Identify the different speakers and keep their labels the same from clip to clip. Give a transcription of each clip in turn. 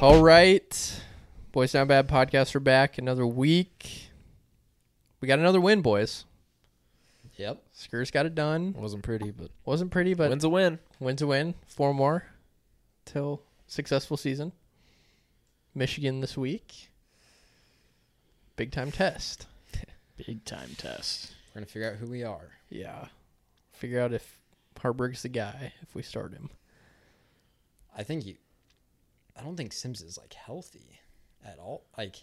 Speaker 1: All right. Boys Not Bad podcast are back another week. We got another win, boys.
Speaker 2: Yep.
Speaker 1: Skurs got it done.
Speaker 2: It wasn't pretty, but,
Speaker 1: Wasn't pretty, but
Speaker 2: win's a win.
Speaker 1: wins a win. Four more till successful season. Michigan this week. Big time test.
Speaker 3: Big time test.
Speaker 2: We're gonna figure out who we are.
Speaker 1: Yeah. Figure out if Harburg's the guy if we start him.
Speaker 2: I think you. I don't think Sims is like healthy at all. Like,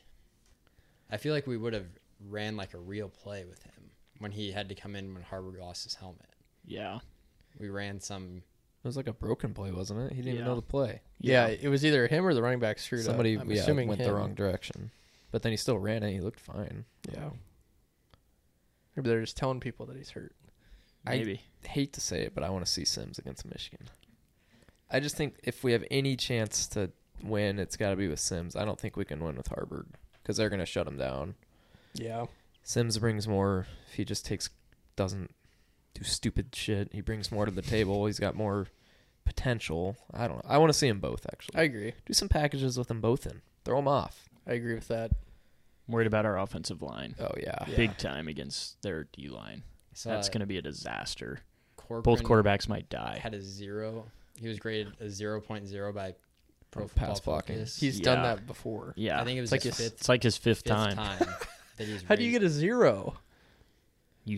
Speaker 2: I feel like we would have ran like a real play with him when he had to come in when Harvard lost his helmet.
Speaker 3: Yeah.
Speaker 2: We ran some.
Speaker 4: It was like a broken play, wasn't it? He didn't even
Speaker 3: Yeah.
Speaker 4: know the play.
Speaker 1: Yeah. it was either him or the running back screwed
Speaker 4: Somebody
Speaker 1: up. I'm
Speaker 4: yeah,
Speaker 1: assuming
Speaker 4: went the
Speaker 1: him.
Speaker 4: wrong direction. But then he still ran it. He looked fine.
Speaker 1: Yeah. Maybe they're just telling people that he's hurt.
Speaker 4: I-
Speaker 3: Maybe.
Speaker 4: Hate to say it, but I want to see Sims against Michigan. I just think if we have any chance to win, it's got to be with Sims. I don't think we can win with Harvard because they're going to shut him down.
Speaker 1: Yeah.
Speaker 4: Sims brings more. If he just takes, doesn't do stupid shit, he brings more to the table. He's got more potential. I don't know. I want to see him both, actually.
Speaker 1: I agree.
Speaker 4: do some packages with them both in. Throw them off.
Speaker 1: I agree with that.
Speaker 3: I'm worried about our offensive line.
Speaker 4: Oh, yeah.
Speaker 1: Yeah.
Speaker 3: Big time against their D line.
Speaker 2: So uh,
Speaker 3: That's going to be a disaster.
Speaker 2: Corcoran
Speaker 3: Both quarterbacks might die.
Speaker 2: had a zero. He was graded a zero point zero by Pro
Speaker 4: On
Speaker 2: Football
Speaker 4: pass blocking.
Speaker 2: Focus.
Speaker 1: He's done
Speaker 3: Yeah.
Speaker 1: that before.
Speaker 3: Yeah.
Speaker 2: I think it
Speaker 1: It's
Speaker 2: was
Speaker 1: like
Speaker 2: his
Speaker 1: his
Speaker 2: fifth,
Speaker 3: it's like his fifth,
Speaker 2: fifth
Speaker 3: time.
Speaker 2: time. that he's.
Speaker 1: How do you get a zero?
Speaker 3: You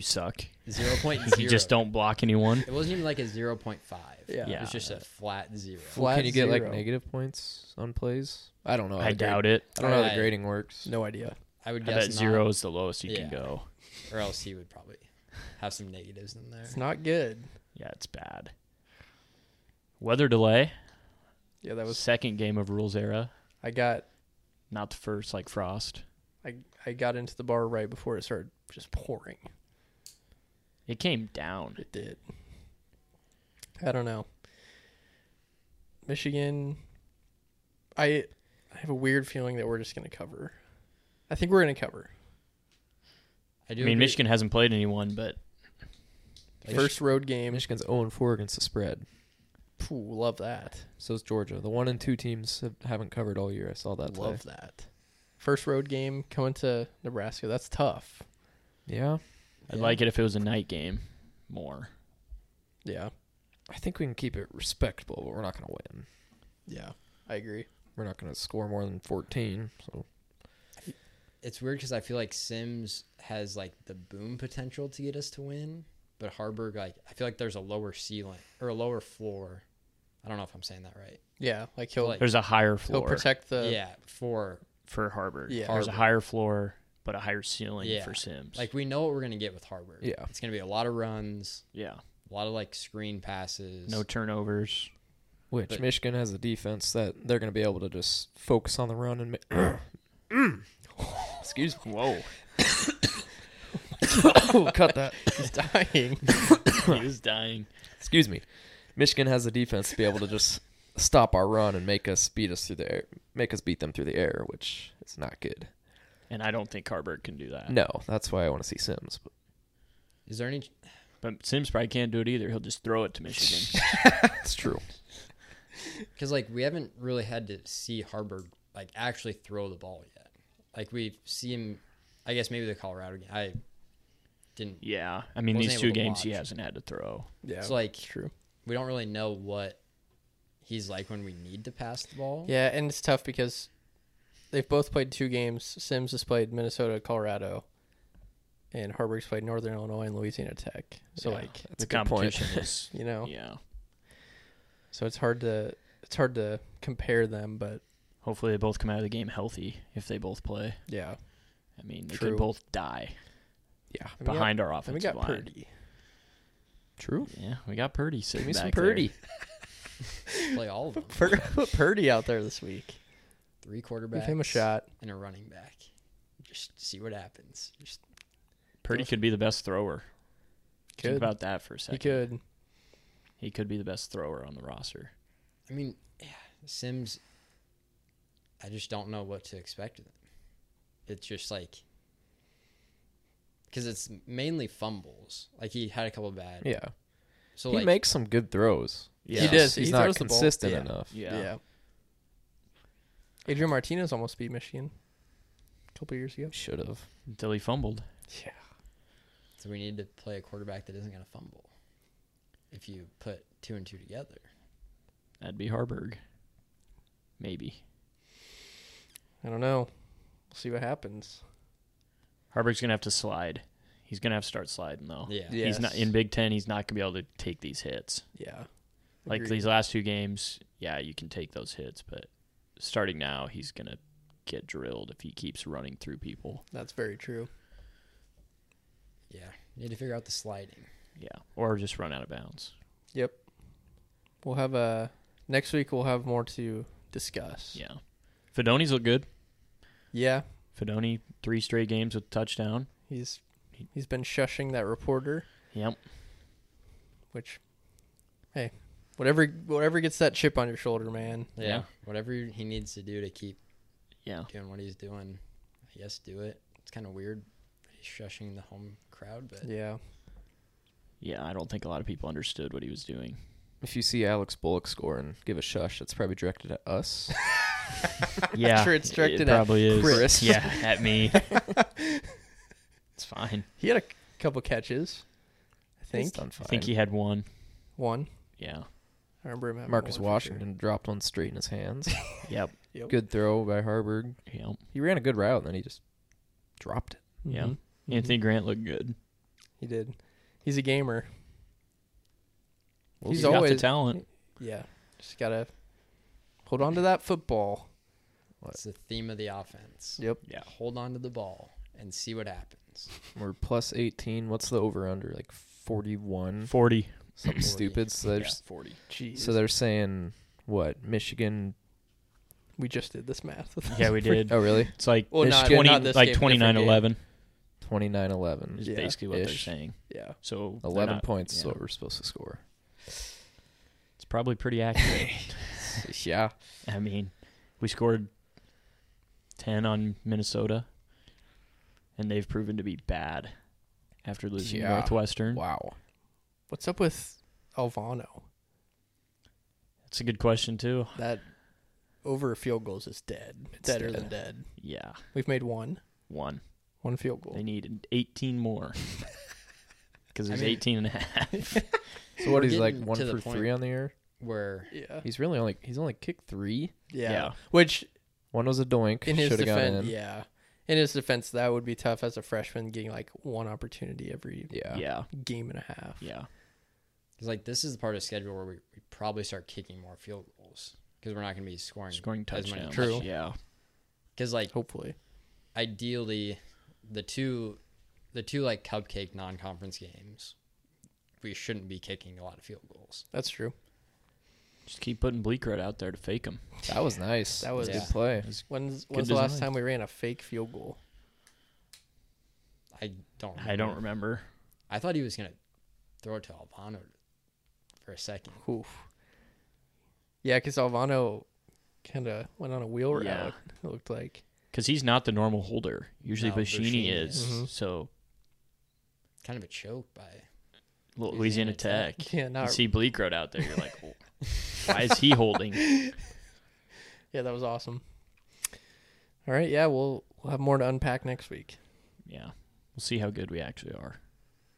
Speaker 3: suck.
Speaker 2: zero point
Speaker 3: You
Speaker 2: zero?
Speaker 3: just don't block anyone.
Speaker 2: It wasn't even like a zero point five.
Speaker 1: Yeah.
Speaker 2: it
Speaker 3: Yeah.
Speaker 2: was just a flat zero.
Speaker 1: Flat
Speaker 4: Can you get like
Speaker 1: zero.
Speaker 4: negative points on plays? I don't know.
Speaker 3: I doubt it.
Speaker 4: I don't know how
Speaker 2: I-
Speaker 4: the grading works.
Speaker 1: No idea.
Speaker 2: I would
Speaker 3: I
Speaker 2: guess
Speaker 3: bet
Speaker 2: not,
Speaker 3: zero is the lowest you
Speaker 2: Yeah.
Speaker 3: can go.
Speaker 2: or else he would probably have some negatives in there.
Speaker 1: It's not good.
Speaker 3: Yeah, it's bad. Weather delay.
Speaker 1: Yeah, that was.
Speaker 3: second game of rules era.
Speaker 1: I got.
Speaker 3: Not the first, like Frost.
Speaker 1: I I got into the bar right before it started just pouring.
Speaker 3: It came down.
Speaker 1: It did. I don't know. Michigan. I I have a weird feeling that we're just gonna cover. I think we're gonna cover.
Speaker 2: do
Speaker 3: I mean,
Speaker 2: agree-
Speaker 3: Michigan hasn't played anyone, but
Speaker 4: Mich-
Speaker 1: First road game.
Speaker 4: Michigan's 0 and 4 against the spread.
Speaker 1: Phew, love that.
Speaker 4: So is Georgia. The one and two teams have, haven't covered all year. I saw that. Today.
Speaker 1: love that. First road game coming to Nebraska. That's tough.
Speaker 4: Yeah,
Speaker 3: I'd
Speaker 2: Yeah.
Speaker 3: like it if it was a night game more.
Speaker 1: Yeah.
Speaker 4: I think we can keep it respectable, but we're not going to win.
Speaker 1: Yeah. I agree.
Speaker 4: We're not going to score more than 14. So
Speaker 2: It's weird because I feel like Sims has like the boom potential to get us to win, but Harburg, like, I feel like there's a lower ceiling or a lower floor. I don't know if I'm saying that right.
Speaker 1: Yeah, like he'll
Speaker 2: Like,
Speaker 3: There's a higher
Speaker 1: he'll
Speaker 3: floor
Speaker 1: protect the
Speaker 2: yeah, for
Speaker 3: for Harvard.
Speaker 1: Yeah.
Speaker 3: There's a
Speaker 2: Harvard.
Speaker 3: higher floor, but a higher ceiling
Speaker 2: Yeah.
Speaker 3: for Sims.
Speaker 2: like we know what we're gonna get with Harburg.
Speaker 4: Yeah.
Speaker 2: it's gonna be a lot of runs,
Speaker 3: yeah,
Speaker 2: a lot of like screen passes.
Speaker 3: no turnovers.
Speaker 4: which
Speaker 2: But-
Speaker 4: Michigan has a defense that they're going to be able to just focus on the run and. Ma- Excuse me.
Speaker 3: Whoa,
Speaker 4: Cut that.
Speaker 1: he's dying.
Speaker 3: he was dying.
Speaker 4: Excuse me. Michigan has the defense to be able to just stop our run and make us beat us through the air, make us beat them through the air, which is not good.
Speaker 3: And I don't think Harburg can do that.
Speaker 4: No, that's why I want to see Sims. But
Speaker 2: is there any?
Speaker 3: But Sims probably can't do it either. He'll just throw it to Michigan.
Speaker 4: it's true.
Speaker 2: Because like we haven't really had to see Harburg like actually throw the ball yet. Like we see him. I guess maybe the Colorado game. I didn't
Speaker 3: yeah, I mean
Speaker 2: Wasn't able
Speaker 3: these two
Speaker 2: to
Speaker 3: games he
Speaker 2: watch.
Speaker 3: hasn't had to throw.
Speaker 1: yeah.
Speaker 2: It's like-
Speaker 1: it's true.
Speaker 2: we don't really know what he's like when we need to pass the ball.
Speaker 1: Yeah, and it's tough because they've both played two games. Sims has played Minnesota, Colorado, and Harburg's played Northern Illinois and Louisiana Tech. So
Speaker 4: Yeah,
Speaker 1: like,
Speaker 4: that's
Speaker 3: The
Speaker 4: a good point.
Speaker 3: competition is
Speaker 1: you know,
Speaker 3: yeah.
Speaker 1: so it's hard to it's hard to compare them, but
Speaker 3: Hopefully they both come out of the game healthy if they both play.
Speaker 1: yeah.
Speaker 3: I mean they
Speaker 1: True.
Speaker 3: could both die
Speaker 4: Yeah,
Speaker 1: And we got-
Speaker 3: behind our
Speaker 1: and we
Speaker 3: offensive
Speaker 1: got
Speaker 3: line.
Speaker 1: Purdy.
Speaker 4: true.
Speaker 3: Yeah, we got Purdy sitting
Speaker 4: Give me some
Speaker 3: back there.
Speaker 4: Purdy.
Speaker 2: Play all of them.
Speaker 1: Pur- Put Purdy out there this week.
Speaker 2: Three quarterbacks.
Speaker 1: Give him a shot.
Speaker 2: And a running back. Just see what happens. Just
Speaker 3: Purdy could be the best thrower. Think
Speaker 1: Could.
Speaker 3: about that for a second.
Speaker 1: He could.
Speaker 3: He could be the best thrower on the roster.
Speaker 2: I mean, yeah, Sims I just don't know what to expect of them. It's just like cuz it's mainly fumbles. Like he had a couple bad.
Speaker 4: Yeah,
Speaker 2: So
Speaker 4: he
Speaker 2: like
Speaker 4: makes some good throws.
Speaker 3: Yeah.
Speaker 1: He does.
Speaker 4: He's
Speaker 1: He
Speaker 4: not
Speaker 1: throws the ball.
Speaker 4: consistent
Speaker 2: Yeah.
Speaker 4: enough.
Speaker 3: Yeah.
Speaker 1: Adrian Martinez almost beat Michigan a couple years ago.
Speaker 4: Should have.
Speaker 3: until he fumbled.
Speaker 1: Yeah.
Speaker 2: So we need to play a quarterback that isn't going to fumble. If you put two and two together,
Speaker 3: That'd be Harburg. Maybe
Speaker 1: I don't know. We'll see what happens.
Speaker 3: Harburg's gonna have to slide. He's gonna have to start sliding though.
Speaker 2: yeah,
Speaker 1: Yeah.
Speaker 3: He's not
Speaker 1: Yes.
Speaker 3: in Big Ten. He's not gonna be able to take these hits.
Speaker 1: Yeah.
Speaker 3: Like
Speaker 1: Agreed.
Speaker 3: these last two games, yeah, you can take those hits, but starting now, he's gonna get drilled if he keeps running through people.
Speaker 1: That's very true.
Speaker 2: yeah. Need to figure out the sliding.
Speaker 3: Yeah, or just run out of bounds.
Speaker 1: Yep. We'll have a next week. We'll have more to discuss.
Speaker 3: Yeah, Fedoni's look good.
Speaker 1: Yeah.
Speaker 3: Fedoni three straight games with touchdown.
Speaker 1: He's he's been shushing that reporter,
Speaker 3: Yep.
Speaker 1: which, hey, whatever whatever gets that chip on your shoulder, man.
Speaker 2: Yeah.
Speaker 3: Yeah. Oh.
Speaker 2: Whatever he needs to do to keep
Speaker 3: Yeah.
Speaker 2: doing what he's doing, I guess do it. It's kind of weird. that He's shushing the home crowd, but
Speaker 1: Yeah.
Speaker 3: Yeah, I don't think a lot of people understood what he was doing.
Speaker 4: If you see Alex Bullock score and give a shush, that's probably directed at us.
Speaker 3: Yeah,
Speaker 1: sure it's directed
Speaker 3: it
Speaker 1: at
Speaker 3: probably is.
Speaker 1: Chris.
Speaker 3: Yeah, at me. it's fine.
Speaker 1: He had a c- couple catches. I
Speaker 4: He's
Speaker 1: think
Speaker 4: done
Speaker 3: I
Speaker 4: fine.
Speaker 3: think he had one.
Speaker 1: one.
Speaker 3: Yeah.
Speaker 1: I remember him. having one for
Speaker 4: Marcus
Speaker 1: sure.
Speaker 4: Washington dropped one straight in his hands.
Speaker 3: Yep.
Speaker 1: Yep.
Speaker 4: good throw by Harburg.
Speaker 3: Yep.
Speaker 4: He ran a good route and then he just dropped it.
Speaker 3: Yeah.
Speaker 1: Mhm.
Speaker 3: Anthony Grant looked good.
Speaker 1: He did. He's a gamer.
Speaker 4: We'll
Speaker 1: He's
Speaker 4: see.
Speaker 3: got the
Speaker 1: always-
Speaker 3: talent.
Speaker 1: Yeah. Just gotta hold on to that football.
Speaker 2: it's the theme of the offense.
Speaker 1: Yep.
Speaker 3: Yeah.
Speaker 2: Hold on to the ball and see what happens.
Speaker 4: We're plus 18. What's the over under? Like 41?
Speaker 3: Forty.
Speaker 4: Something
Speaker 2: 40.
Speaker 4: stupid. So they're,
Speaker 2: Yeah.
Speaker 4: s-
Speaker 3: Forty.
Speaker 1: Jeez.
Speaker 4: so they're saying, what? Michigan.
Speaker 1: we just did this math.
Speaker 3: Yeah, we did.
Speaker 4: Oh, really?
Speaker 3: It's like
Speaker 1: Well, not-
Speaker 3: twenty,
Speaker 1: not this game,
Speaker 3: like
Speaker 1: different
Speaker 3: twenty nine eleven
Speaker 4: Twenty nine eleven.
Speaker 3: is
Speaker 1: Yeah,
Speaker 3: basically what they're
Speaker 4: ish.
Speaker 3: saying.
Speaker 1: Yeah.
Speaker 3: So they're
Speaker 4: 11
Speaker 3: not-
Speaker 4: points is
Speaker 3: yeah.
Speaker 4: what we're supposed to score.
Speaker 3: It's probably pretty accurate.
Speaker 4: yeah.
Speaker 3: I mean, we scored ten on Minnesota, and they've proven to be bad after losing
Speaker 4: Yeah.
Speaker 3: Northwestern.
Speaker 4: Wow.
Speaker 1: What's up with Alvano?
Speaker 3: That's a good question too.
Speaker 1: That over field goals is dead.
Speaker 4: It's
Speaker 1: Deader
Speaker 4: dead.
Speaker 1: than dead.
Speaker 3: Yeah,
Speaker 1: We've made one.
Speaker 3: one.
Speaker 1: One field goal.
Speaker 3: They need 18 more because
Speaker 2: I
Speaker 3: there's
Speaker 2: mean-
Speaker 3: 18 and a half.
Speaker 4: So what?
Speaker 2: We're
Speaker 4: He's like
Speaker 2: getting
Speaker 4: one
Speaker 2: to the
Speaker 4: for
Speaker 2: point.
Speaker 4: three on the air.
Speaker 2: Where
Speaker 1: yeah.
Speaker 4: He's really only he's only kicked three.
Speaker 1: yeah.
Speaker 3: Yeah.
Speaker 1: Which
Speaker 4: One was a doink.
Speaker 1: in his
Speaker 4: Should have gone
Speaker 1: defense
Speaker 4: in.
Speaker 1: yeah. In his defense, that would be tough as a freshman getting like one opportunity every
Speaker 4: Yeah.
Speaker 3: yeah,
Speaker 1: game and a half.
Speaker 3: yeah,
Speaker 2: Because like this is the part of the schedule where we, we probably start kicking more field goals because we're not going to be scoring.
Speaker 3: scoring
Speaker 2: As many
Speaker 3: touchdowns.
Speaker 1: True.
Speaker 3: Yeah,
Speaker 2: Because like
Speaker 1: Hopefully.
Speaker 2: ideally, the two, the two like cupcake non-conference games, we shouldn't be kicking a lot of field goals.
Speaker 1: That's true.
Speaker 3: just keep putting Bleakred out there to fake him.
Speaker 4: That was nice.
Speaker 1: That was-
Speaker 4: good
Speaker 2: Yeah.
Speaker 4: play.
Speaker 1: When's
Speaker 3: Good
Speaker 1: when's the last
Speaker 3: design.
Speaker 1: time we ran a fake field goal?
Speaker 2: I don't.
Speaker 3: I don't remember.
Speaker 2: I thought he was going to throw it to Albano for a second.
Speaker 1: Oof. Yeah, because Alvano kind of went on a wheel route.
Speaker 3: Yeah.
Speaker 1: It looked like
Speaker 3: Because he's not the normal holder. Usually
Speaker 2: No, Mm-hmm.
Speaker 3: Bashini
Speaker 2: Bushini
Speaker 3: is.
Speaker 1: is. Mhm.
Speaker 3: So
Speaker 2: Kind of a choke by.
Speaker 3: Lu-
Speaker 2: Louisiana
Speaker 3: Louisiana Tech.
Speaker 1: yeah,
Speaker 3: You
Speaker 1: not
Speaker 3: see Bleakred out there, you're like, "Well, why is he holding?
Speaker 1: yeah. That was awesome. All right, yeah, we'll we'll have more to unpack next week.
Speaker 3: Yeah, we'll see how good we actually are.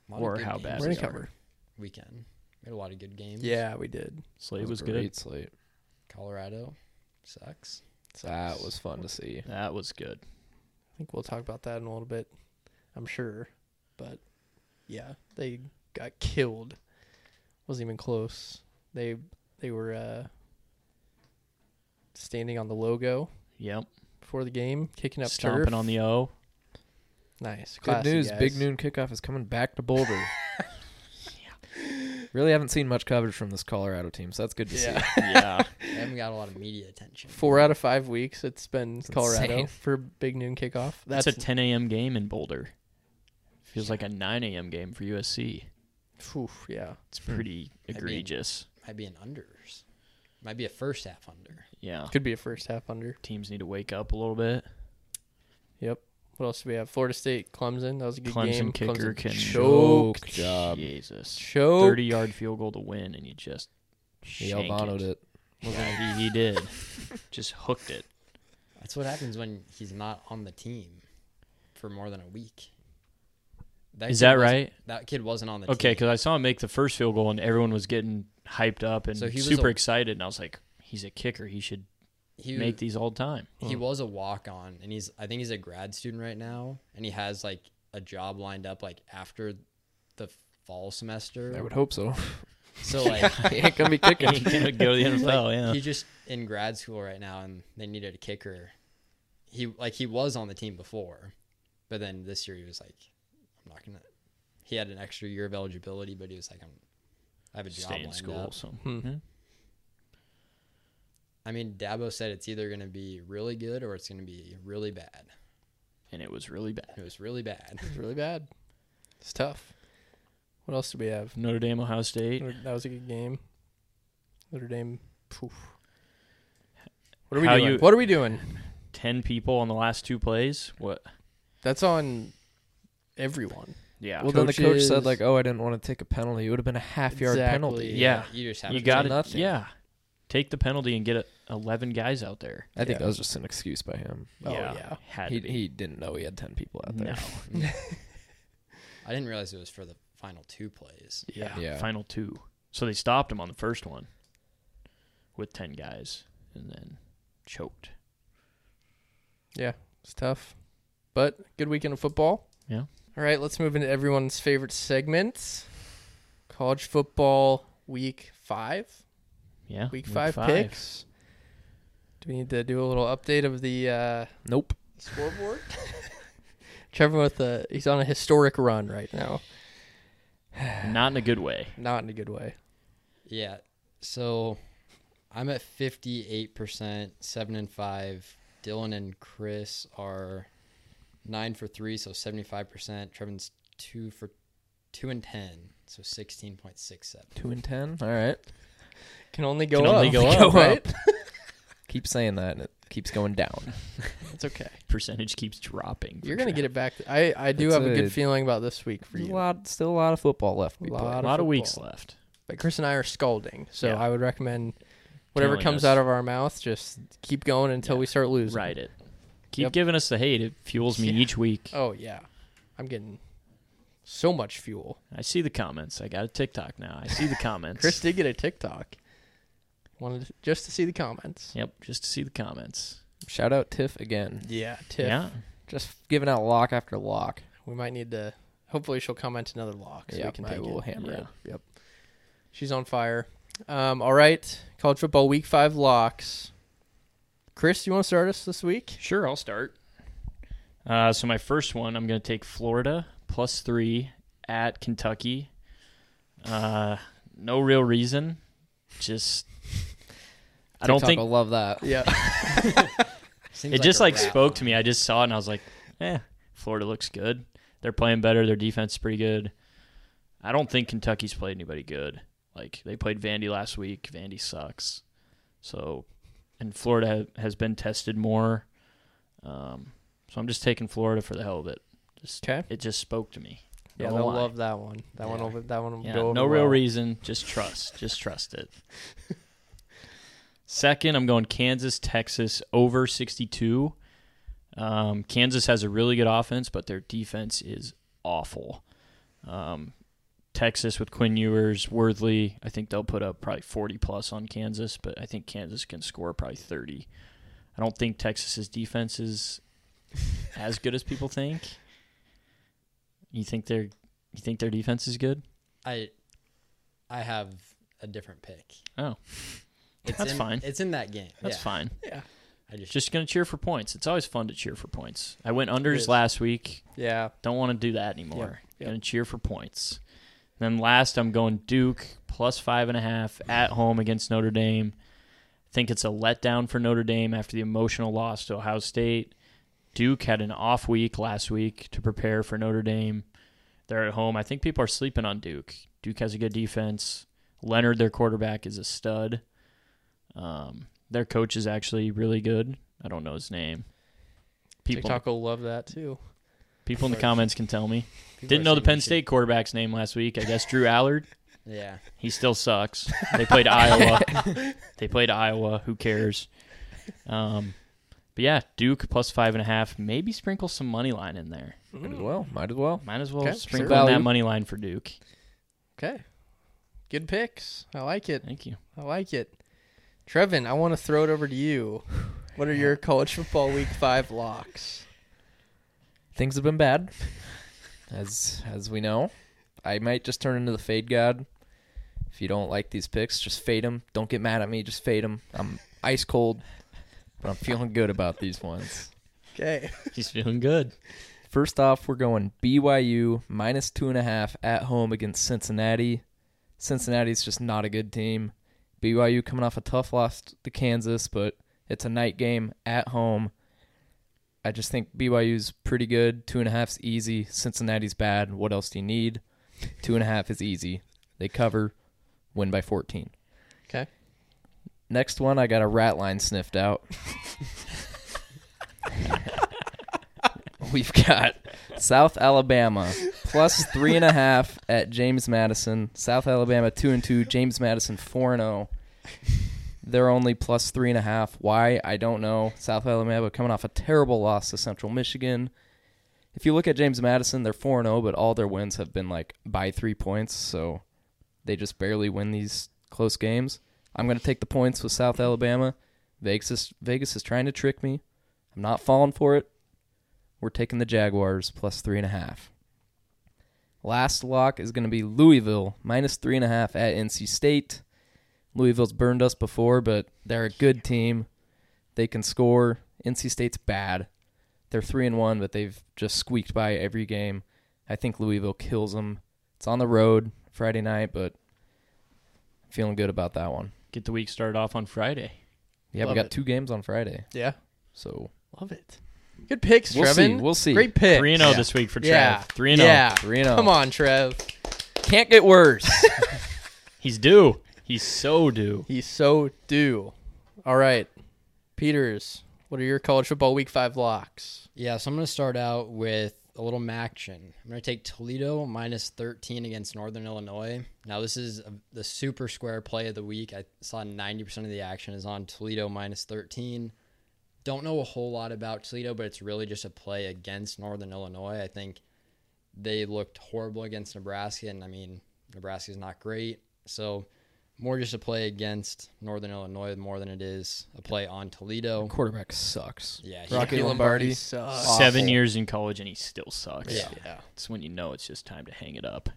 Speaker 2: a lot of
Speaker 3: Or
Speaker 2: good
Speaker 3: how
Speaker 2: games
Speaker 3: bad
Speaker 1: We're gonna
Speaker 2: this
Speaker 3: we are.
Speaker 1: cover.
Speaker 2: weekend. We had a lot of good games.
Speaker 1: Yeah, we did.
Speaker 3: Slade was
Speaker 4: a
Speaker 3: good.
Speaker 4: Great slate.
Speaker 2: Colorado sucks.
Speaker 4: That was fun to see.
Speaker 3: That was good.
Speaker 1: I think we'll talk about that in a little bit. I'm sure, but yeah, they got killed. Wasn't even close. They they were uh, standing on the logo
Speaker 3: Yep.
Speaker 1: before the game, kicking up
Speaker 3: Stomping
Speaker 1: turf.
Speaker 3: on the O.
Speaker 1: nice.
Speaker 4: Good
Speaker 1: Classy,
Speaker 4: news. Big
Speaker 1: guys.
Speaker 4: noon kickoff is coming back to Boulder. Really haven't seen much coverage from this Colorado team, so that's good to
Speaker 1: Yeah.
Speaker 4: see.
Speaker 3: Yeah.
Speaker 2: They haven't got a lot of media attention.
Speaker 1: Four out of five weeks, it's been
Speaker 4: It's
Speaker 1: Colorado
Speaker 4: insane.
Speaker 1: for big noon kickoff.
Speaker 3: That's
Speaker 1: That's
Speaker 3: a 10 a.m. game in Boulder. Feels like a 9 a.m. game for USC.
Speaker 1: oof, yeah.
Speaker 3: It's pretty
Speaker 2: Hmm. mean-
Speaker 3: egregious.
Speaker 2: might be an unders. Might be a first half under.
Speaker 3: yeah.
Speaker 1: Could be a first half under.
Speaker 3: Teams need to wake up a little bit.
Speaker 1: Yep. What else do we have? Florida State, Clemson. That was a good game.
Speaker 3: Clemson kicker
Speaker 1: Clemson
Speaker 3: can
Speaker 1: choked.
Speaker 4: choke. job.
Speaker 3: Jesus.
Speaker 1: Choked.
Speaker 3: 30 yard field goal to win, and you just.
Speaker 4: He
Speaker 3: shank
Speaker 4: albanoed it.
Speaker 3: it. Yeah, he, he did. just hooked it.
Speaker 2: That's what happens when he's not on the team for more than a week. That
Speaker 3: Is
Speaker 2: kid
Speaker 3: that
Speaker 2: wasn't-
Speaker 3: right?
Speaker 2: That kid wasn't on the
Speaker 3: Okay,
Speaker 2: team.
Speaker 3: because I saw him make the first field goal and everyone was getting hyped up and
Speaker 2: So he was
Speaker 3: super
Speaker 2: a-
Speaker 3: excited, and I was like, "He's a kicker. He should
Speaker 2: He,
Speaker 3: make these all the time."
Speaker 2: he was a walk on and he's I think he's a grad student right now and he has like a job lined up like after the fall semester.
Speaker 4: I would hope so.
Speaker 2: So like
Speaker 4: he ain't gonna be kicking.
Speaker 3: he could go to the NFL. yeah.
Speaker 2: he's just in grad school right now and they needed a kicker. He like he was on the team before, but then this year he was like, I'm not gonna. He had an extra year of eligibility, but he was like, I'm. I have a job
Speaker 3: Stay in
Speaker 2: lined
Speaker 3: school.
Speaker 2: up.
Speaker 3: So
Speaker 1: Hmm.
Speaker 3: yeah.
Speaker 2: I mean, Dabo said it's either gonna be really good or it's gonna be really bad.
Speaker 3: and it was really bad.
Speaker 2: It was really bad.
Speaker 1: It's really bad. It's tough. What else do we have?
Speaker 3: Notre Dame, Ohio State.
Speaker 1: Notre- That was a good game. Notre Dame. Poof. What
Speaker 3: What
Speaker 1: are we doing?
Speaker 3: You,
Speaker 1: what are we doing?
Speaker 3: Ten people on the last two plays. What?
Speaker 1: That's on everyone.
Speaker 3: Yeah.
Speaker 4: well, then the coach said
Speaker 1: Coaches-
Speaker 4: like, "Oh, I didn't want to take a penalty. It would have been a half yard
Speaker 1: Exactly.
Speaker 4: penalty."
Speaker 3: Yeah.
Speaker 2: you just have
Speaker 3: you
Speaker 2: to take-
Speaker 3: got to
Speaker 4: nothing.
Speaker 3: Yeah. Take the penalty and get a, eleven guys out there.
Speaker 4: I think
Speaker 1: Yeah.
Speaker 4: that was just an excuse by him.
Speaker 1: Oh, yeah.
Speaker 3: Had
Speaker 4: He
Speaker 3: to be.
Speaker 4: he didn't know he had ten people out there.
Speaker 3: no.
Speaker 2: I didn't realize it was for the final two plays.
Speaker 3: Yeah.
Speaker 4: Yeah.
Speaker 3: Final two. So they stopped him on the first one with ten guys, and then choked.
Speaker 1: It's tough. But good weekend of football.
Speaker 3: Yeah.
Speaker 1: All right, let's move into everyone's favorite segments. College football week five.
Speaker 3: Yeah.
Speaker 1: Week, five, picks. Do we need to do a little update of the uh,
Speaker 4: Nope.
Speaker 1: scoreboard? Trevor with a he's on a historic run right now.
Speaker 3: Not in a good way.
Speaker 1: Not in a good way.
Speaker 2: Yeah. So I'm at 58%, 7 and 5. Dylan and Chris are 9 for 3, so 75%. Trevin's 2 for 2 and 10, so 16.67.
Speaker 4: Two and ten. All right.
Speaker 1: Can only go
Speaker 3: Can
Speaker 1: up.
Speaker 3: only go up,
Speaker 1: right?
Speaker 4: Keep saying that, and it keeps going down.
Speaker 1: It's okay.
Speaker 3: Percentage keeps dropping.
Speaker 1: You're gonna get it back. I I do
Speaker 4: That's
Speaker 1: have a
Speaker 4: it.
Speaker 1: good feeling about this week for
Speaker 4: There's
Speaker 1: you.
Speaker 4: a lot, still a lot of football left. to be
Speaker 1: Lot
Speaker 4: played.
Speaker 3: A
Speaker 1: of
Speaker 3: lot of weeks
Speaker 1: football.
Speaker 3: left.
Speaker 1: But Chris and I are scalding, so
Speaker 3: Yeah.
Speaker 1: I would recommend whatever
Speaker 3: Telling
Speaker 1: comes
Speaker 3: us.
Speaker 1: out of our mouth, just keep going until
Speaker 3: Yeah.
Speaker 1: we start losing.
Speaker 3: Write it. Keep
Speaker 1: Yep.
Speaker 3: giving us the hate. It fuels me
Speaker 1: Yeah.
Speaker 3: each week.
Speaker 1: Oh yeah, I'm getting so much fuel.
Speaker 3: I see the comments. I got a TikTok now. I see the comments.
Speaker 1: Chris did get a TikTok. Wanted to, just to see the comments.
Speaker 3: Yep, just to see the comments.
Speaker 4: Shout out Tiff again.
Speaker 1: Yeah, Tiff.
Speaker 3: Yeah.
Speaker 4: Just giving out lock after lock.
Speaker 1: We might need to. Hopefully, she'll comment another lock so we
Speaker 4: Yep,
Speaker 1: can
Speaker 4: I
Speaker 1: take
Speaker 4: will
Speaker 1: it.
Speaker 4: hammer
Speaker 3: Yeah.
Speaker 4: it. Yep.
Speaker 1: She's on fire. Um, all right, college football week five locks. Chris, you want to start us this week?
Speaker 3: Sure, I'll start. Uh, so my first one, I'm going to take Florida plus three at Kentucky. Uh, no real reason. Just I don't
Speaker 4: TikTok
Speaker 3: think
Speaker 4: will love that.
Speaker 1: Yeah.
Speaker 2: Seems
Speaker 3: it just
Speaker 2: a
Speaker 3: like
Speaker 2: wrap.
Speaker 3: spoke to me. I just saw it and I was like, eh, Florida looks good. They're playing better. Their defense is pretty good. I don't think Kentucky's played anybody good. Like they played Vandy last week. Vandy sucks. So, and Florida ha- has been tested more. Um, so I'm just taking Florida for the hell of it. Just
Speaker 1: Okay.
Speaker 3: it just spoke to me.
Speaker 1: Yeah,
Speaker 3: Don't
Speaker 1: they'll
Speaker 3: lie.
Speaker 1: love that one. That one.
Speaker 2: Yeah.
Speaker 1: Will, that one will
Speaker 3: Yeah,
Speaker 1: go over
Speaker 3: no real
Speaker 1: well.
Speaker 3: reason. Just trust. just trust it. Second, I'm going Kansas, Texas over 62. Um, Kansas has a really good offense, but their defense is awful. Um, Texas with Quinn Ewers, Worthley, I think they'll put up probably 40 plus on Kansas, but I think Kansas can score probably 30. I don't think Texas's defense is as good as people think. You think they're you think their defense is good?
Speaker 2: I, I have a different pick.
Speaker 3: Oh.
Speaker 2: It's
Speaker 3: That's
Speaker 2: in-
Speaker 3: fine.
Speaker 2: It's in that game.
Speaker 3: That's
Speaker 2: Yeah.
Speaker 3: fine.
Speaker 1: Yeah.
Speaker 2: I just,
Speaker 3: Just gonna cheer for points. It's always fun to cheer for points. I went
Speaker 1: It
Speaker 3: unders
Speaker 1: is.
Speaker 3: last week.
Speaker 1: Yeah.
Speaker 3: Don't want to do that anymore.
Speaker 1: yep.
Speaker 3: Gonna cheer for points. Then last, I'm going Duke plus five and a half at home against Notre Dame. Think it's a letdown for Notre Dame after the emotional loss to Ohio State. Duke had an off week last week to prepare for Notre Dame. They're at home. I think people are sleeping on Duke. Duke has a good defense. Leonard, their quarterback, is a stud. Um, their coach is actually really good. I don't know his name. People,
Speaker 1: TikTok will love that too.
Speaker 3: people in the
Speaker 2: Sorry.
Speaker 3: comments can tell me.
Speaker 2: people
Speaker 3: Didn't
Speaker 2: are
Speaker 3: know the
Speaker 2: saying
Speaker 3: Penn
Speaker 2: we should-
Speaker 3: State quarterback's name last week. I guess Drew Allard.
Speaker 2: Yeah.
Speaker 3: He still sucks. They played Iowa. they played Iowa. Who cares? Um, But yeah, Duke plus five and a half. Maybe sprinkle some money line in there.
Speaker 4: Might
Speaker 1: Mm.
Speaker 4: as well. Might as well.
Speaker 3: Might as well
Speaker 1: Okay, sure.
Speaker 3: sprinkle in
Speaker 4: Value.
Speaker 3: that money line for Duke.
Speaker 1: Okay. Good picks. I like it.
Speaker 3: Thank you.
Speaker 1: I like it. Trevin, I want to throw it over to you. What are your college football week five locks?
Speaker 4: Things have been bad, as as we know. I might just turn into the fade god. If you don't like these picks, just fade them. Don't get mad at me. Just fade them. I'm ice cold, but I'm feeling good about these ones.
Speaker 1: Okay.
Speaker 3: He's feeling good.
Speaker 4: First off, we're going BYU minus two and a half at home against Cincinnati. Cincinnati's just not a good team. BYU coming off a tough loss to Kansas, but it's a night game at home. I just think BYU's pretty good. Two and a half's easy. Cincinnati's bad. What else do you need? Two and a half is easy. They cover, win by 14.
Speaker 1: Okay.
Speaker 4: Next one, I got a rat line sniffed out. We've got South Alabama plus three and a half at James Madison. South Alabama two and two. James Madison four and zero. They're only plus three and a half. Why I don't know. South Alabama coming off a terrible loss to Central Michigan. If you look at James Madison, they're four and zero, but all their wins have been like by three points. So they just barely win these close games. I'm going to take the points with South Alabama. Vegas is, Vegas is trying to trick me. I'm not falling for it. We're taking the Jaguars plus three and a half. Last lock is going to be Louisville minus three and a half at NC State. Louisville's burned us before, but they're a good team. They can score. NC State's bad. They're three and one, but they've just squeaked by every game. I think Louisville kills them. It's on the road Friday night, but feeling good about that one.
Speaker 3: Get the week started off on Friday.
Speaker 4: Yeah,
Speaker 1: Love
Speaker 4: we got
Speaker 1: it.
Speaker 4: two games on Friday,
Speaker 1: Yeah.
Speaker 4: so
Speaker 1: Love it. Good picks,
Speaker 4: we'll see.
Speaker 1: Trevin.
Speaker 4: We'll see. oh
Speaker 1: Great picks.
Speaker 3: Three and zero this week for Trev.
Speaker 1: Yeah.
Speaker 3: Three and zero.
Speaker 1: Yeah.
Speaker 4: Three and oh.
Speaker 1: Come on, Trev.
Speaker 4: Can't get worse.
Speaker 3: He's due. He's so due.
Speaker 1: He's so due. All right. Peters, what are your college football week five locks?
Speaker 2: Yeah, so I'm going to start out with a little Maction. I'm going to take Toledo minus 13 against Northern Illinois. Now, this is a, the super square play of the week. I saw 90% of the action is on Toledo minus 13. Don't know a whole lot about Toledo, but it's really just a play against Northern Illinois. I think they looked horrible against Nebraska, and I mean, Nebraska's not great. So, more just a play against Northern Illinois more than it is a play on Toledo.
Speaker 4: Quarterback sucks.
Speaker 2: Yeah, he-
Speaker 4: Rocky Lombardi.
Speaker 1: sucks.
Speaker 2: Awful.
Speaker 3: Seven years in college and he still sucks.
Speaker 2: Yeah.
Speaker 1: Yeah.
Speaker 3: It's when you know it's just time to hang it up.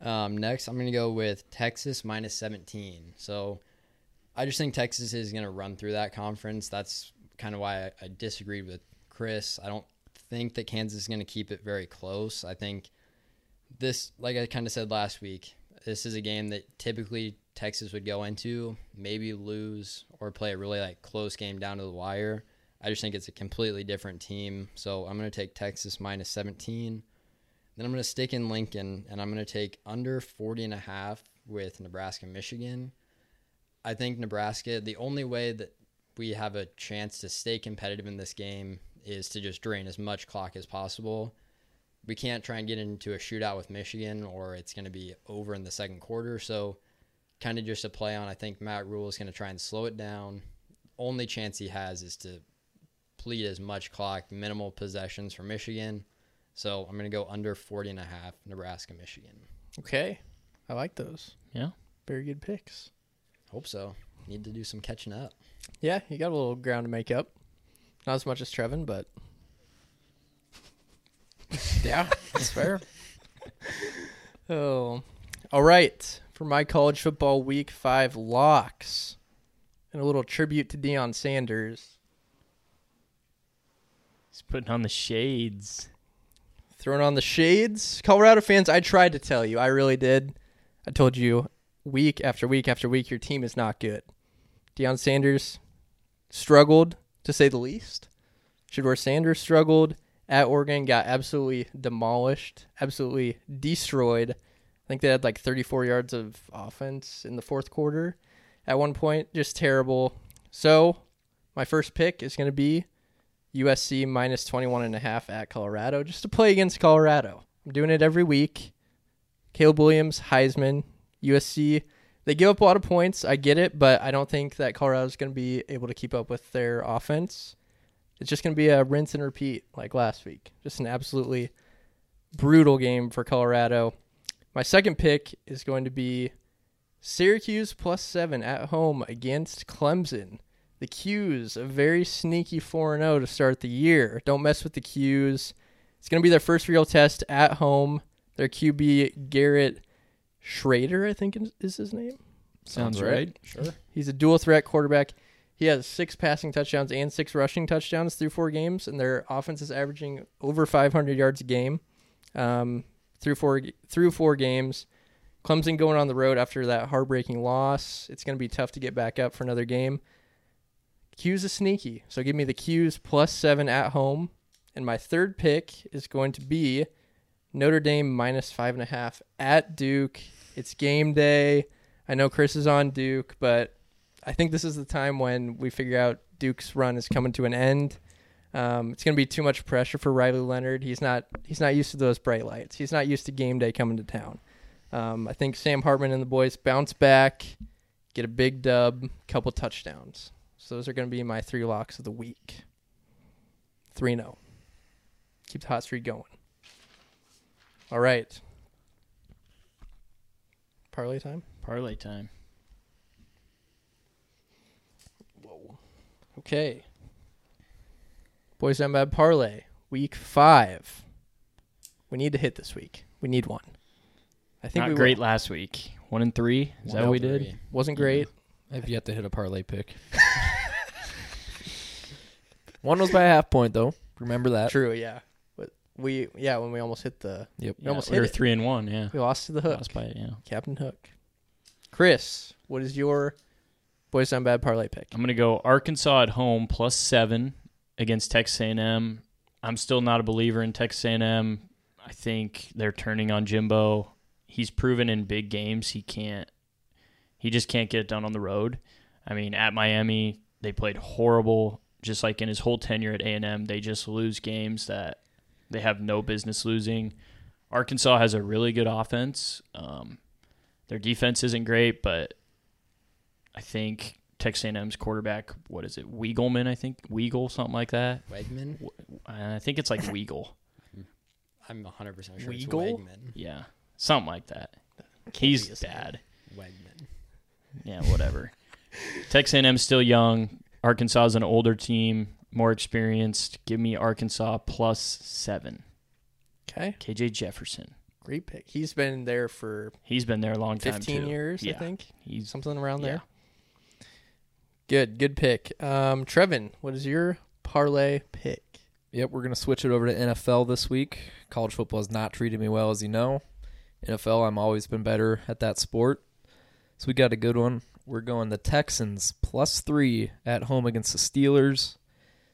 Speaker 2: Um, next, I'm going to go with Texas minus 17. So I just think Texas is going to run through that conference. That's kind of why I, I disagreed with Chris. I don't think that Kansas is going to keep it very close. I think this, like I kind of said last week, this is a game that typically Texas would go into, maybe lose or play a really like close game down to the wire. I just think it's a completely different team. So I'm going to take Texas minus 17. Then I'm going to stick in Lincoln and I'm going to take under 40 and a half with Nebraska Michigan. I think Nebraska, the only way that we have a chance to stay competitive in this game is to just drain as much clock as possible. We can't try and get into a shootout with Michigan or it's going to be over in the second quarter. So, kind of just a play on, I think Matt Rule is going to try and slow it down. Only chance he has is to plead as much clock, minimal possessions for Michigan. So I'm going to go under 40 and a half Nebraska, Michigan.
Speaker 1: Okay. I like those.
Speaker 3: Yeah.
Speaker 1: Very good picks.
Speaker 2: Hope so. Need to do some catching up.
Speaker 1: Yeah, you got a little ground to make up. Not as much as Trevin, but
Speaker 4: Yeah, that's fair.
Speaker 1: Oh. All right. For my college football week five locks. And a little tribute to Deion Sanders.
Speaker 3: He's putting on the shades.
Speaker 1: Throwing on the shades. Colorado fans, I tried to tell you. I really did. I told you week after week after week your team is not good. Deion Sanders struggled, to say the least. Shador Sanders struggled at Oregon, got absolutely demolished, absolutely destroyed. I think they had like 34 yards of offense in the fourth quarter at one point. Just terrible. So, my first pick is going to be USC minus 21 and a half at Colorado just to play against Colorado. I'm doing it every week. Caleb Williams, Heisman, USC. They give up a lot of points. I get it, but I don't think that Colorado's going to be able to keep up with their offense. It's just going to be a rinse and repeat like last week. Just an absolutely brutal game for Colorado. My second pick is going to be Syracuse plus seven at home against Clemson. The Qs, a very sneaky 4 0 to start the year. Don't mess with the Qs. It's going to be their first real test at home. Their QB, Garrett Schrader, I think is- is his name.
Speaker 3: Sounds
Speaker 4: Sounds
Speaker 3: right.
Speaker 4: right.
Speaker 2: Sure.
Speaker 1: He's a dual threat quarterback. He has six passing touchdowns and six rushing touchdowns through four games, and their offense is averaging over 500 yards a game um, through four through four games. Clemson going on the road after that heartbreaking loss. It's going to be tough to get back up for another game. Q's is sneaky, so give me the Q's plus seven at home. And my third pick is going to be Notre Dame minus five and a half at Duke. It's game day. I know Chris is on Duke, but I think this is the time when we figure out Duke's run is coming to an end. Um, it's going to be too much pressure for Riley Leonard. He's not he's not used to those bright lights. He's not used to game day coming to town. Um, I think Sam Hartman and the boys bounce back, get a big dub, couple touchdowns. So those are going to be my three locks of the week. Three zero. Keep the hot streak going. All right. Parlay time.
Speaker 3: Parlay time.
Speaker 1: Okay. Boys Down Bad Parlay, week five. We need to hit this week. We need one. I think
Speaker 3: Not
Speaker 1: we
Speaker 3: great
Speaker 1: will.
Speaker 3: last week. One and three. Is that
Speaker 1: One
Speaker 3: what we
Speaker 1: and
Speaker 3: did?
Speaker 2: Three.
Speaker 1: wasn't great.
Speaker 4: I've yet to hit a parlay pick. One was by a half point though. Remember that.
Speaker 1: True, yeah. But we yeah, when we almost hit the
Speaker 4: Yep.
Speaker 1: We almost
Speaker 3: we
Speaker 1: hit
Speaker 3: were
Speaker 1: it.
Speaker 3: three and one. Yeah.
Speaker 1: we lost to the hook.
Speaker 3: Lost by it, yeah.
Speaker 1: Captain Hook. Chris, what is your Boys Down Bad Parlay pick?
Speaker 3: I'm gonna go Arkansas at home plus seven against Texas A&M. I'm still not a believer in Texas A&M. I think they're turning on Jimbo. He's proven in big games he can't. He just can't get it done on the road. I mean, at Miami they played horrible. Just like in his whole tenure at A&M, they just lose games that they have no business losing. Arkansas has a really good offense. Um, their defense isn't great, but I think Texas A&M's quarterback, what is it, Weagleman? I think Weagle, something like that.
Speaker 2: Wegman.
Speaker 3: Uh, I think it's like Weagle.
Speaker 2: I'm 100 percent sure it's
Speaker 1: Weagle?
Speaker 2: Wegman.
Speaker 3: Yeah, something like that. He's bad.
Speaker 2: Wegman.
Speaker 3: Yeah, whatever. Texas A&M's still young. Arkansas is an older team, more experienced. Give me Arkansas plus seven.
Speaker 1: Okay.
Speaker 3: KJ Jefferson.
Speaker 1: Great pick. He's been there for
Speaker 3: He's been there a long time.
Speaker 1: fifteen
Speaker 3: too.
Speaker 1: years,
Speaker 3: yeah.
Speaker 1: I think.
Speaker 3: He's
Speaker 1: Something around
Speaker 3: yeah.
Speaker 1: there. Good, good pick. Um, Trevin, what is your parlay pick?
Speaker 4: Yep, we're gonna switch it over to NFL this week. College football has not treated me well, as you know. NFL, I'm always been better at that sport. So we got a good one. We're going the Texans plus three at home against the Steelers.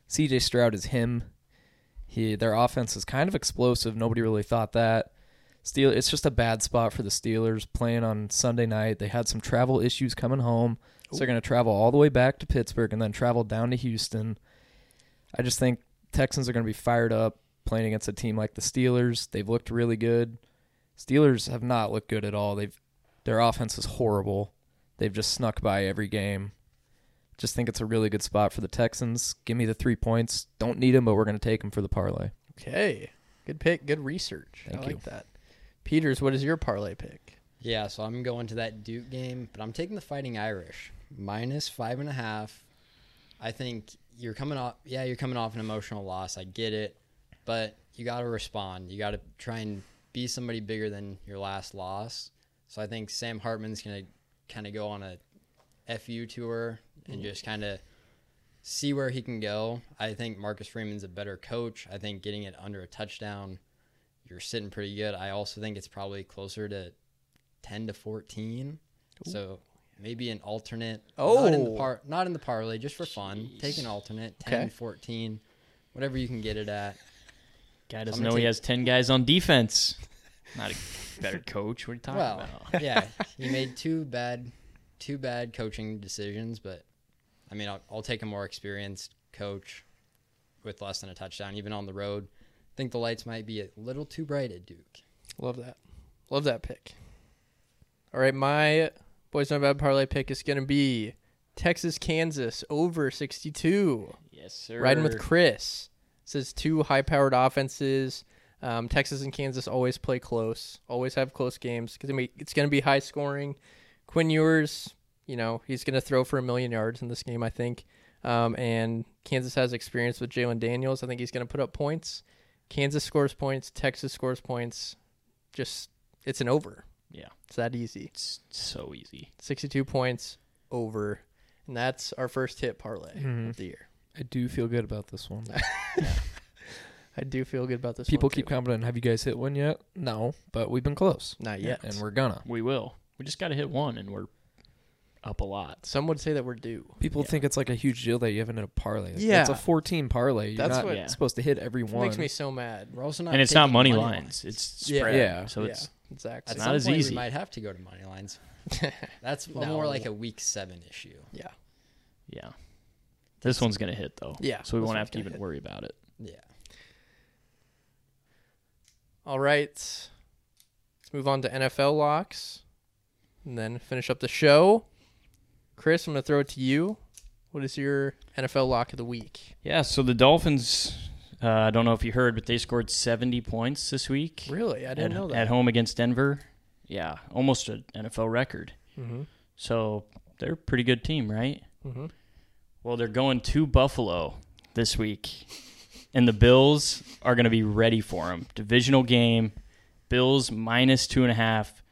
Speaker 4: CJ Stroud is him. He their offense is kind of explosive. Nobody really thought that. Steel it's just a bad spot for the Steelers playing on Sunday night. They had some travel issues coming home. So they're gonna travel all the way back to Pittsburgh and then travel down to Houston. I just think Texans are going to be fired up playing against a team like the Steelers. They've looked really good. Steelers have not looked good at all. They've their offense is horrible. They've just snuck by every game. Just think it's a really good spot for the Texans. Give me the three points. Don't need them, but we're going to take them for the parlay.
Speaker 1: Okay. Good pick. Good research.
Speaker 4: Thank
Speaker 1: I
Speaker 4: you.
Speaker 1: like that. Peters, what is your parlay pick?
Speaker 2: Yeah, so I'm going to that Duke game, but I'm taking the Fighting Irish minus five and a half. I think you're coming off. Yeah, you're coming off an emotional loss. I get it, but you got to respond. You got to try and be somebody bigger than your last loss. So I think Sam Hartman's gonna kind of go on a FU tour and just kind of see where he can go. I think Marcus Freeman's a better coach. I think getting it under a touchdown, you're sitting pretty good. I also think it's probably closer to 10 to 14. So maybe an alternate. Not in the,
Speaker 1: Oh.
Speaker 2: par- not in the parlay, just for fun. Take an alternate, 10,
Speaker 1: Okay.
Speaker 2: 14, whatever you can get it at.
Speaker 3: Guy doesn't
Speaker 2: gonna
Speaker 3: know he
Speaker 2: take-
Speaker 3: has ten guys on defense. Not a better coach. What are you talking
Speaker 2: Well,
Speaker 3: about?
Speaker 2: yeah, he made two bad, two bad coaching decisions, but I mean, I'll, I'll take a more experienced coach with less than a touchdown, even on the road. I think the lights might be a little too bright at Duke.
Speaker 1: Love that. Love that pick. All right, my boys not bad parlay pick is going to be Texas Kansas over 62.
Speaker 3: Yeah. Yes, sir.
Speaker 1: Riding with Chris says two high-powered offenses. Um, Texas and Kansas always play close, always have close games. It's gonna be it's gonna be high scoring. Quinn Ewers, you know, he's gonna throw for a million yards in this game, I think. Um, and Kansas has experience with Jalen Daniels. I think he's gonna put up points. Kansas scores points. Texas scores points. Just it's an over.
Speaker 3: Yeah.
Speaker 1: it's that easy.
Speaker 3: It's so easy.
Speaker 1: 62 points over. And that's our first hit parlay
Speaker 4: Mm-hmm.
Speaker 1: of the year.
Speaker 4: I do feel good about this one.
Speaker 1: I do feel good about this.
Speaker 4: People
Speaker 1: one,
Speaker 4: keep
Speaker 1: too.
Speaker 4: commenting, have you guys hit one yet? No, but we've been close.
Speaker 1: Not yet.
Speaker 4: And we're gonna.
Speaker 3: We will. We just got to hit one, and we're up a lot.
Speaker 1: Some would say that we're due.
Speaker 4: People think it's like a huge deal that you haven't hit a parlay. Like,
Speaker 1: Yeah.
Speaker 4: It's a 14 parlay. You're
Speaker 1: That's
Speaker 4: not
Speaker 1: what-
Speaker 3: Yeah.
Speaker 4: supposed to hit every
Speaker 1: It
Speaker 4: one.
Speaker 1: makes me so mad.
Speaker 2: We're also not
Speaker 3: and it's not
Speaker 2: taking
Speaker 3: money, lines. It's
Speaker 1: Yeah.
Speaker 3: spread.
Speaker 4: Yeah.
Speaker 3: So
Speaker 1: yeah,
Speaker 3: it's
Speaker 1: exactly.
Speaker 2: At
Speaker 3: not
Speaker 2: some
Speaker 3: as
Speaker 2: point,
Speaker 3: easy.
Speaker 2: We might have to go to money lines. That's more
Speaker 1: No.
Speaker 2: like a week seven issue.
Speaker 1: yeah.
Speaker 3: yeah. This one's gonna hit though.
Speaker 1: Yeah,
Speaker 3: So we
Speaker 1: this
Speaker 3: won't
Speaker 1: one's
Speaker 3: have to
Speaker 1: gonna
Speaker 3: even
Speaker 1: hit.
Speaker 3: worry about it.
Speaker 2: Yeah.
Speaker 1: All right. Let's move on to NFL locks and then finish up the show. Chris, I'm going to throw it to you. What is your NFL lock of the week?
Speaker 3: Yeah. So the Dolphins. Uh, I don't know if you heard, but they scored 70 points this week.
Speaker 1: Really? I
Speaker 3: at,
Speaker 1: didn't know
Speaker 3: at
Speaker 1: that.
Speaker 3: home against Denver. Yeah, almost an NFL record.
Speaker 1: Mm-hmm.
Speaker 3: So they're a pretty good team, right?
Speaker 1: Mhm.
Speaker 3: Well, they're going to Buffalo this week, and the Bills are going to be ready for them. Divisional game, Bills minus two and a half.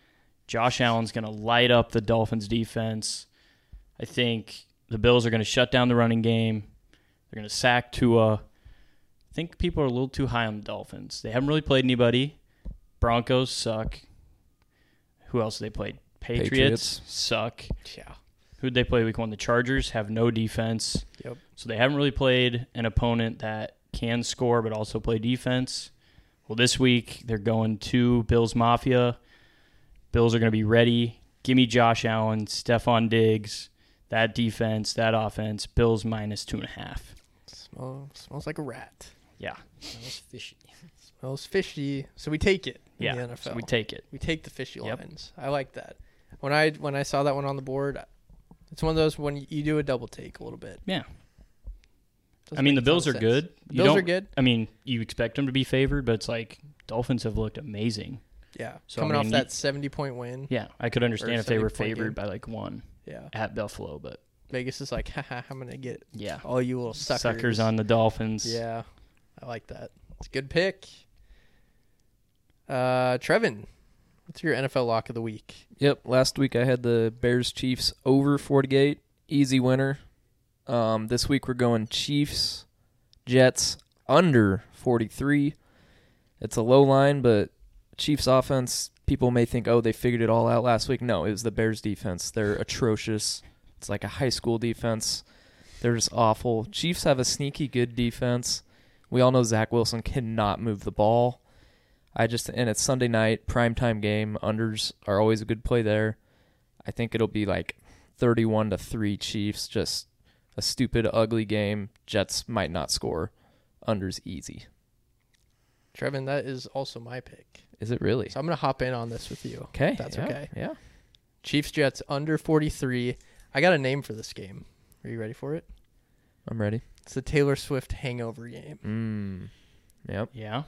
Speaker 3: Josh Allen's going to light up the Dolphins' defense. I think the Bills are going to shut down the running game. They're going to sack Tua. I think people are a little too high on the Dolphins. They haven't really played anybody. Broncos suck. Who else they played? Patriots,
Speaker 4: Patriots.
Speaker 3: suck.
Speaker 1: Yeah.
Speaker 3: Who'd they play week one? The Chargers have no defense.
Speaker 1: Yep.
Speaker 3: So they haven't really played an opponent that can score but also play defense. Well, this week they're going to Bills Mafia. Bills are going to be ready. Give me Josh Allen, Stephon Diggs, that defense, that offense. Bills minus two and a half.
Speaker 1: Smell, smells like a rat.
Speaker 3: Yeah.
Speaker 2: That was fishy.
Speaker 1: Smells fishy. So we take it. in
Speaker 3: Yeah.
Speaker 1: the NFL.
Speaker 3: So we take it.
Speaker 1: We take the fishy
Speaker 3: Yep.
Speaker 1: lines. I like that. When I when I saw that one on the board, it's one of those when you do a double take a little bit.
Speaker 3: Yeah.
Speaker 1: Doesn't
Speaker 3: I mean,
Speaker 1: make a ton
Speaker 3: the Bills
Speaker 1: of
Speaker 3: are
Speaker 1: sense.
Speaker 3: good.
Speaker 1: The
Speaker 3: You
Speaker 1: Bills are
Speaker 3: don't-
Speaker 1: good.
Speaker 3: I mean, you expect them to be favored, but it's like Dolphins have looked amazing.
Speaker 1: Yeah,
Speaker 3: So, I
Speaker 1: coming
Speaker 3: mean,
Speaker 1: off
Speaker 3: you-
Speaker 1: that seventy point win.
Speaker 3: Yeah. I could understand if they were
Speaker 1: 70 point
Speaker 3: favored
Speaker 1: game.
Speaker 3: by like one
Speaker 1: Yeah,
Speaker 3: at Buffalo, but
Speaker 1: Vegas is like, haha, I'm gonna get
Speaker 3: yeah.
Speaker 1: all you little suckers.
Speaker 3: on the Dolphins.
Speaker 1: Yeah, I like that. It's a good pick. Uh, Trevin, what's your NFL lock of the week?
Speaker 4: Yep. Last week I had the Bears Chiefs over 48. Easy winner. Um, this week we're going Chiefs Jets under 43. It's a low line, but Chiefs offense, people may think, oh, they figured it all out last week. No, it was the Bears defense. They're atrocious. It's like a high school defense. They're just awful. Chiefs have a sneaky good defense. We all know Zach Wilson cannot move the ball. I just and it's Sunday night, primetime game. Unders are always a good play there. I think it'll be like thirty-one to three Chiefs. Just a stupid, ugly game. Jets might not score. Unders easy.
Speaker 1: Trevin, that is also my pick.
Speaker 4: Is it really?
Speaker 1: So I'm gonna hop in on this with you.
Speaker 4: Okay,
Speaker 1: That's
Speaker 4: yeah,
Speaker 1: okay.
Speaker 4: Yeah.
Speaker 1: Chiefs Jets under 43. I got a name for this game. Are you ready for it?
Speaker 4: I'm ready.
Speaker 1: It's the Taylor Swift hangover game.
Speaker 4: Mm. Yep.
Speaker 3: Yeah.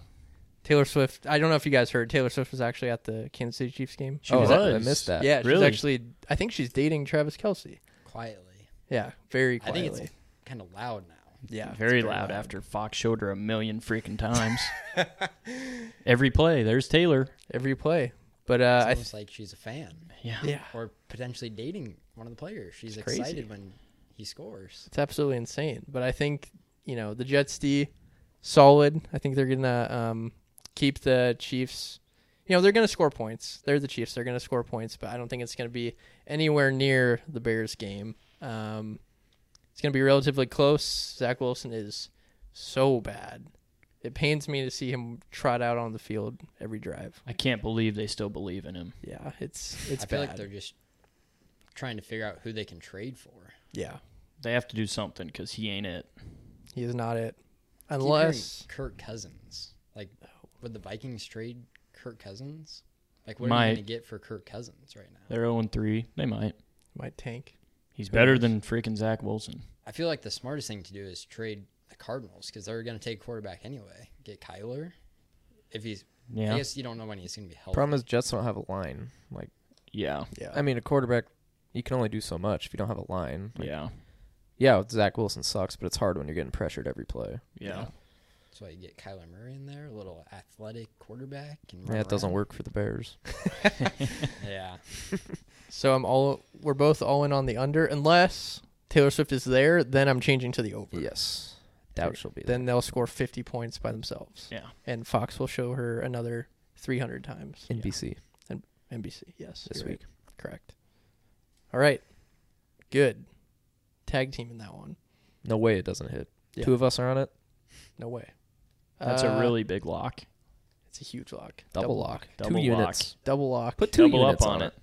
Speaker 1: Taylor Swift, I don't know if you guys heard, Taylor Swift was actually at the Kansas City Chiefs game.
Speaker 3: She
Speaker 4: oh,
Speaker 3: was.
Speaker 4: I- I missed that.
Speaker 1: yeah, she's
Speaker 3: really?
Speaker 1: actually, I think she's dating Travis Kelsey.
Speaker 2: Quietly.
Speaker 1: Yeah, very
Speaker 2: I
Speaker 1: quietly.
Speaker 2: think it's kind of loud now.
Speaker 1: yeah, it's
Speaker 3: very loud after Fox showed her a million freaking times. Every play, there's Taylor.
Speaker 1: every play. But uh, I
Speaker 2: It's
Speaker 1: th-
Speaker 2: almost like she's a fan
Speaker 3: Yeah.
Speaker 1: yeah,
Speaker 2: or potentially dating one of the players. She's
Speaker 1: It's crazy.
Speaker 2: excited when he scores.
Speaker 1: it's absolutely insane. But I think you know the Jets D solid. I think they're gonna um, keep the Chiefs. You know they're gonna score points. They're the Chiefs. They're gonna score points, but I don't think it's gonna be anywhere near the Bears game. Um, it's gonna be relatively close. Zach Wilson is so bad. It pains me to see him trot out on the field every drive.
Speaker 3: I can't believe they still believe in him.
Speaker 1: Yeah, it's it's
Speaker 2: I feel
Speaker 1: bad.
Speaker 2: like they're just trying to figure out who they can trade for.
Speaker 1: yeah,
Speaker 3: They have to do something because he ain't it.
Speaker 1: he is not it.
Speaker 2: I keep hearing
Speaker 1: Unless
Speaker 2: Kirk Cousins, like, would the Vikings trade Kirk Cousins? Like, what are
Speaker 3: My-
Speaker 2: you going to get for Kirk Cousins right now?
Speaker 3: They're 0 3. They might.
Speaker 1: might tank.
Speaker 3: He's
Speaker 1: Who
Speaker 3: better
Speaker 1: knows?
Speaker 3: than freaking Zach Wilson.
Speaker 2: I feel like the smartest thing to do is trade the Cardinals because they're going to take quarterback anyway. Get Kyler if he's. I
Speaker 3: Yeah.
Speaker 2: guess you don't know when he's going to be healthy.
Speaker 4: Problem is, Jets don't have a line. Like,
Speaker 3: Yeah.
Speaker 1: Yeah.
Speaker 4: I mean, a quarterback, you can only do so much if you don't have a line. Like,
Speaker 3: Yeah.
Speaker 4: yeah, Zach Wilson sucks, but it's hard when you're getting pressured every play.
Speaker 3: Yeah.
Speaker 2: That's why you get Kyler Murray in there, a little athletic quarterback. Can
Speaker 4: Yeah,
Speaker 2: run
Speaker 4: it doesn't
Speaker 2: around.
Speaker 4: work for the Bears.
Speaker 2: Yeah,
Speaker 1: So I'm all we're both all in on the under unless Taylor Swift is there, then I'm changing to the over.
Speaker 4: Yes, doubt she'll be. Then
Speaker 1: Then they'll score 50 points by themselves.
Speaker 3: Yeah.
Speaker 1: And Fox will show her another 300 times.
Speaker 4: NBC
Speaker 1: NBC. Yes.
Speaker 4: this
Speaker 1: you're right.
Speaker 4: week.
Speaker 1: Correct. All right. Good. Tag team in that one.
Speaker 4: No way it doesn't hit.
Speaker 1: Yeah.
Speaker 4: Two of us are on it.
Speaker 1: No way.
Speaker 3: That's
Speaker 1: Uh,
Speaker 3: a really big lock.
Speaker 1: It's a huge lock.
Speaker 4: Double, lock.
Speaker 3: Double
Speaker 4: two
Speaker 3: lock.
Speaker 4: units.
Speaker 1: Double lock.
Speaker 4: Put two
Speaker 3: Double
Speaker 4: units
Speaker 3: up on it.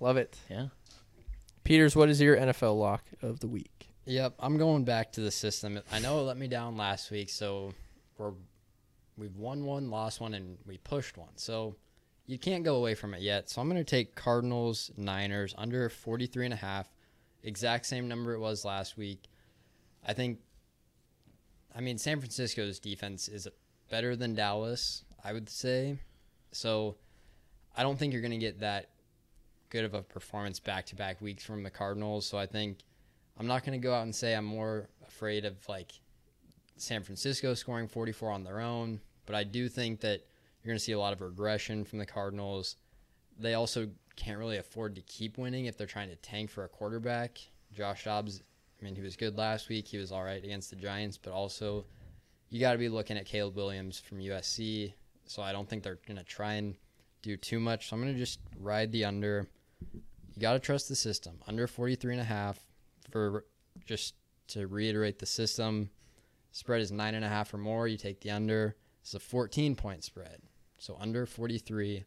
Speaker 1: Love it.
Speaker 3: Yeah.
Speaker 1: Peters, what is your NFL lock of the week?
Speaker 2: Yep, I'm going back to the system. I know it let me down last week, so we're we've won one, lost one, and we pushed one. So you can't go away from it yet. So I'm going to take Cardinals Niners under 43 and a half, exact same number it was last week. I think I mean San Francisco's defense is better than Dallas, I would say. So I don't think you're going to get that good of a performance back-to-back weeks from the Cardinals, so I think I'm not going to go out and say I'm more afraid of like San Francisco scoring 44 on their own, but I do think that you're going to see a lot of regression from the Cardinals. They also can't really afford to keep winning if they're trying to tank for a quarterback. Josh Dobbs, I mean, he was good last week. He was all right against the Giants, but also you got to be looking at Caleb Williams from USC. So I don't think they're going to try and do too much. So I'm going to just ride the under. You got to trust the system. Under 43 and a half for just to reiterate the system spread is nine and a half or more you take the under it's a 14 point spread so under 43 i